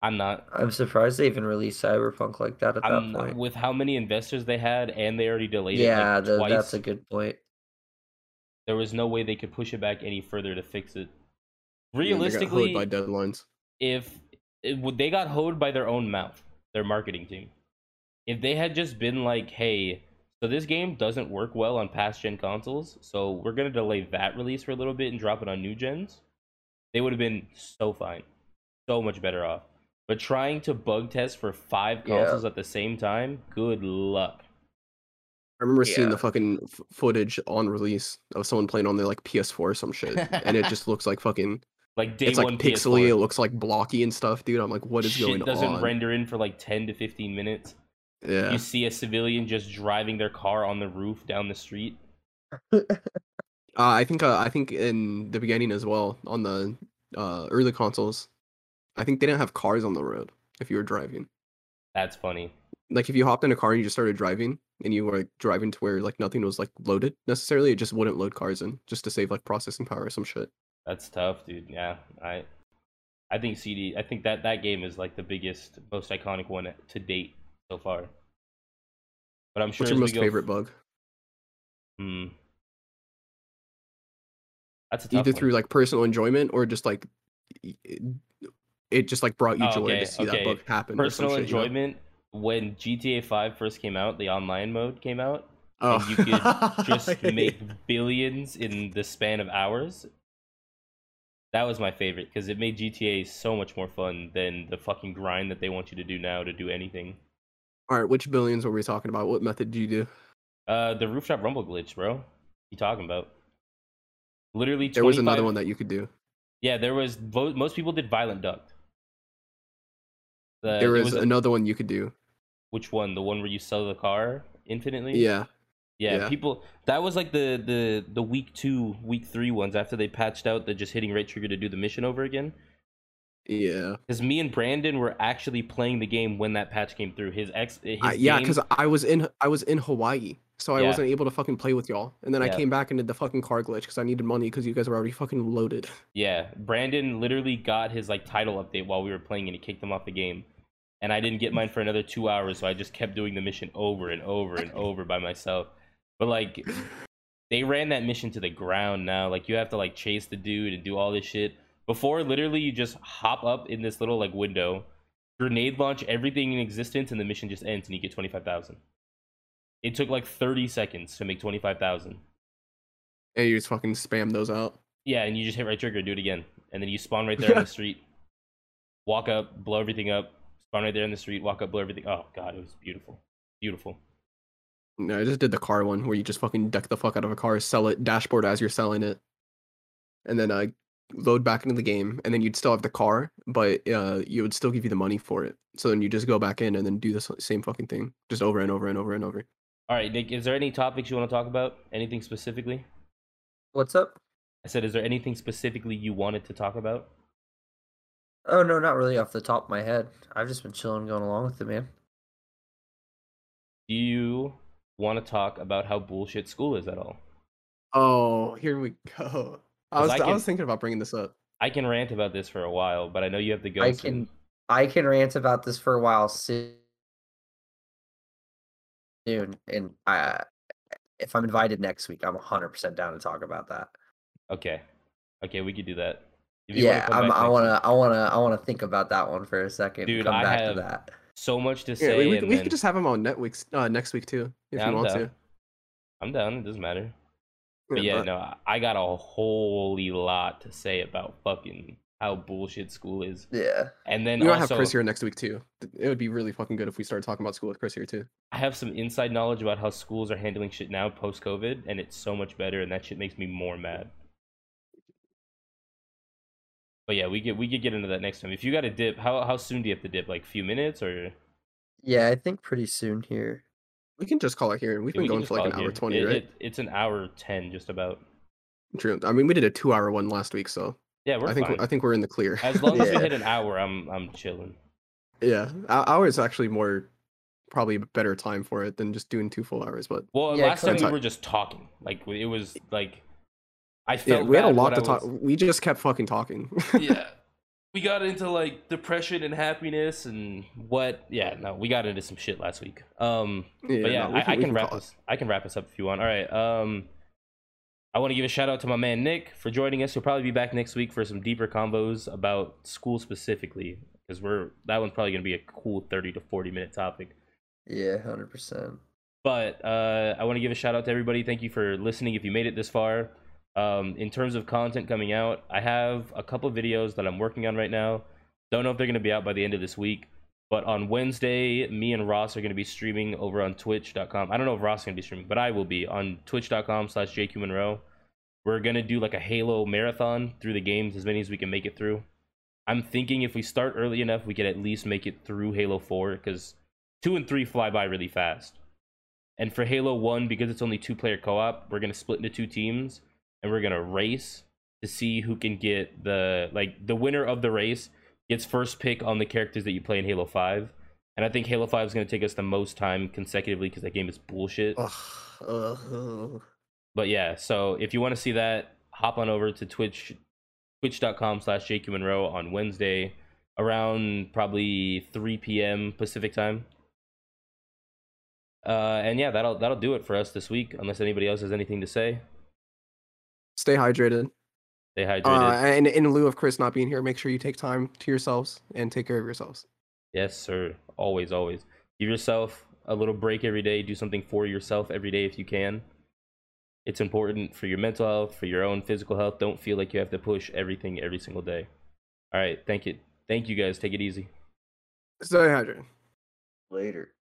B: I'm not.
C: I'm surprised they even released Cyberpunk like that at
B: I'm
C: that point.
B: with how many investors they had, and they already delayed it
C: Yeah,
B: like,
C: tha-
B: twice.
C: that's a good point.
B: There was no way they could push it back any further to fix
A: And then
B: it.
A: they got hoed
B: Realistically,
A: by deadlines.
B: if it, would- they got hoed by their own mouth, their marketing team. If they had just been like, "Hey, so this game doesn't work well on past gen consoles, so we're gonna delay that release for a little bit and drop it on new gens," they would have been so fine, so much better off. But trying to bug test for five
C: Yeah.
B: consoles at the same time, good luck.
A: I remember seeing the
C: Yeah.
A: fucking f- footage on release of someone playing on their like PS4 or some shit, and it just looks like fucking.
B: Like day
A: It's like
B: one,
A: pixely. It
B: PS4.
A: looks like blocky and stuff, dude. I'm like, what is
B: Shit
A: going
B: doesn't
A: on?
B: render in for like ten to fifteen minutes.
A: yeah,
B: You see a civilian just driving their car on the roof down the street.
A: Uh, I think uh, I think in the beginning as well on the uh, early consoles, I think they didn't have cars on the road if you were driving.
B: That's funny.
A: Like if you hopped in a car and you just started driving and you were like, driving to where like nothing was like loaded necessarily, it just wouldn't load cars in just to save like processing power or some shit.
B: That's tough, dude. Yeah, I, I think CD. I think that that game is like the biggest, most iconic one to date so far. But I'm sure.
A: What's your
B: as we
A: most
B: go-
A: favorite bug?
B: Hmm. That's a tough
A: Either
B: one.
A: through like personal enjoyment or just like y- it, it just like brought you
B: Oh,
A: joy
B: okay,
A: to see that
B: okay.
A: bug happen. or some
B: personal
A: shit, you know?
B: enjoyment. When GTA 5 first came out, the online mode came out.
A: Oh.
B: and you could Just
A: Yeah.
B: make billions in the span of hours. That was my favorite because it made GTA so much more fun than the fucking grind that they want you to do now to do anything.
A: All right, which billions were we talking about? What method do you do?
B: Uh, the rooftop rumble glitch, bro. You talking about? Literally,
A: There was another
B: 25
A: one that you could do.
B: Yeah, there was. vo- Most people did violent duck. The,
A: there
B: Uh, it
A: was
B: a-
A: another one you could do.
B: which one? The one where you sell the car infinitely.
A: Yeah.
B: yeah,
A: yeah.
B: People. That was like the the the week two, week three ones after they patched out the just hitting right trigger to do the mission over again.
A: Yeah,
B: Because me and Brandon were actually playing the game when that patch came through. His ex. His
A: I, yeah,
B: game-
A: because I was in I was in Hawaii, so I
B: Yeah.
A: wasn't able to fucking play with y'all. And then I
B: Yeah.
A: came back and did the fucking car glitch because I needed money because you guys were already fucking loaded.
B: Yeah, Brandon literally got his like title update while we were playing, and it kicked him off the game. And I didn't get mine for another two hours, so I just kept doing the mission over and over and over by myself. But like, they ran that mission to the ground now. Like, you have to like chase the dude and do all this shit. Before, literally, you just hop up in this little like window, grenade launch everything in existence, and the mission just ends, and you get twenty five thousand. It took like thirty seconds to make twenty five thousand.
A: And you just fucking spam those out.
B: Yeah, and you just hit right trigger, do it again, and then you spawn right there on the street. Walk up, blow everything up. Spawn right there in the street. Walk up, blow everything. Oh god, it was beautiful, beautiful.
A: No, I just did the car one where you just fucking deck the fuck out of a car, sell it dashboard as you're selling it, and then uh, load back into the game, and then you'd still have the car, but uh, you would still give you the money for it. So then you just go back in and then do the s- same fucking thing, just over and over and over and over.
B: All right, Nick, is there any topics you want to talk about? Anything specifically?
C: What's up?
B: I said, is there anything specifically you wanted to talk about?
C: Oh no, not really off the top of my head. I've just been chilling, going along with it, man.
B: Do you want to talk about how bullshit school is at all?
A: Oh, here we go. I
B: 'Cause
A: was
B: I
A: I,
B: can-
A: was thinking about bringing this up.
B: I can rant about this for a while, but I know you have to go.
C: I
B: soon.
C: can I can rant about this for a while soon. Soon, and I, if I'm invited next week, I'm 100 percent down to talk about that.
B: Okay, okay, we could do that. If you wanna
C: Yeah,
B: come
C: I'm,
B: back
C: I
B: next
C: want
B: week.
C: to, I want to, I want to think about that one for a second. and
B: Dude,
C: come
B: I
C: back
B: have-
C: to that.
B: So much to
A: Yeah,
B: say.
A: we, we,
B: and
A: we
B: then...
A: could just have him on Netflix uh, next week too, if
B: Yeah,
A: you
B: I'm
A: want
B: down.
A: to.
B: I'm down. It doesn't matter. But
A: Yeah,
B: yeah,
A: but-
B: no, I- I got a holy lot to say about fucking how bullshit school is.
C: Yeah,
B: And then
A: we might have
B: also,
A: Chris here next week too. Th- It would be really fucking good if we started talking about school with Chris here too.
B: I have some inside knowledge about how schools are handling shit now post COVID, and it's so much better, and that shit makes me more mad. But yeah, we get we could get into that next time. If you got to dip, how how soon do you have to dip? Like few minutes or?
C: yeah. I think pretty soon here.
A: We can just call it here. We've
B: Yeah,
A: been
B: we can
A: going
B: just
A: for like
B: call
A: an
B: it
A: hour
B: here.
A: twenty,
B: It-
A: right?
B: it- it's an hour ten, just about.
A: True. I mean, we did a two-hour one last week, so
B: Yeah, we're
A: I think
B: fine.
A: we're, I think we're in the clear.
B: As long as we
C: Yeah.
B: hit an hour, I'm I'm chilling.
A: yeah, ou- ours actually more probably a better time for it than just doing two full hours. But
B: Well,
C: Yeah,
B: last time
A: correct.
B: we were just talking. Like it was like I
A: yeah,
B: felt
A: we had a
B: bad
A: lot
B: when
A: to
B: I
A: talk.
B: was-
A: We just kept fucking talking.
B: yeah. We got into like depression and happiness and what yeah, no, we got into some shit last week. Um but yeah,
A: no, we
B: I, I
A: we
B: can wrap
A: call it.
B: us I can wrap us up if you want. All right. Um I want to give a shout out to my man Nick for joining us. He'll probably be back next week for some deeper combos about school specifically. Because we're that one's probably gonna be a cool thirty to forty minute topic.
C: Yeah, hundred percent.
B: But uh, I want to give a shout out to everybody. Thank you for listening. If you made it this far, um, in terms of content coming out, I have a couple videos that I'm working on right now. Don't know if they're going to be out by the end of this week. But on Wednesday, me and Ross are going to be streaming over on Twitch.com. I don't know if Ross is going to be streaming, but I will be on Twitch.com slash JQ Monroe. We're going to do like a Halo marathon through the games, as many as we can make it through. I'm thinking if we start early enough, we could at least make it through Halo 4 because 2 and 3 fly by really fast. And for Halo 1, because it's only two player co op, we're going to split into two teams and we're going to race to see who can get the, like, the winner of the race gets first pick on the characters that you play in Halo 5. And I think Halo 5 is going to take us the most time consecutively because that game is
C: Oh,
B: bullshit.
A: Ugh, ugh.
B: But yeah, so if you want to see that, hop on over to Twitch, twitch.com slash JQ Monroe on Wednesday around probably 3 p.m. Pacific time. Uh, and yeah, that'll that'll do it for us this week. Unless anybody else has anything to say,
A: Stay hydrated.
B: stay hydrated.
A: Uh, and in lieu of Chris not being here, make sure you take time to yourselves and take care of yourselves.
B: yes, sir. Always, always. Give yourself a little break every day. Do something for yourself every day if you can. It's important for your mental health, for your own physical health. Don't feel like you have to push everything every single day. All right, thank you, thank you guys. Take it easy.
A: Stay hydrated.
C: Later.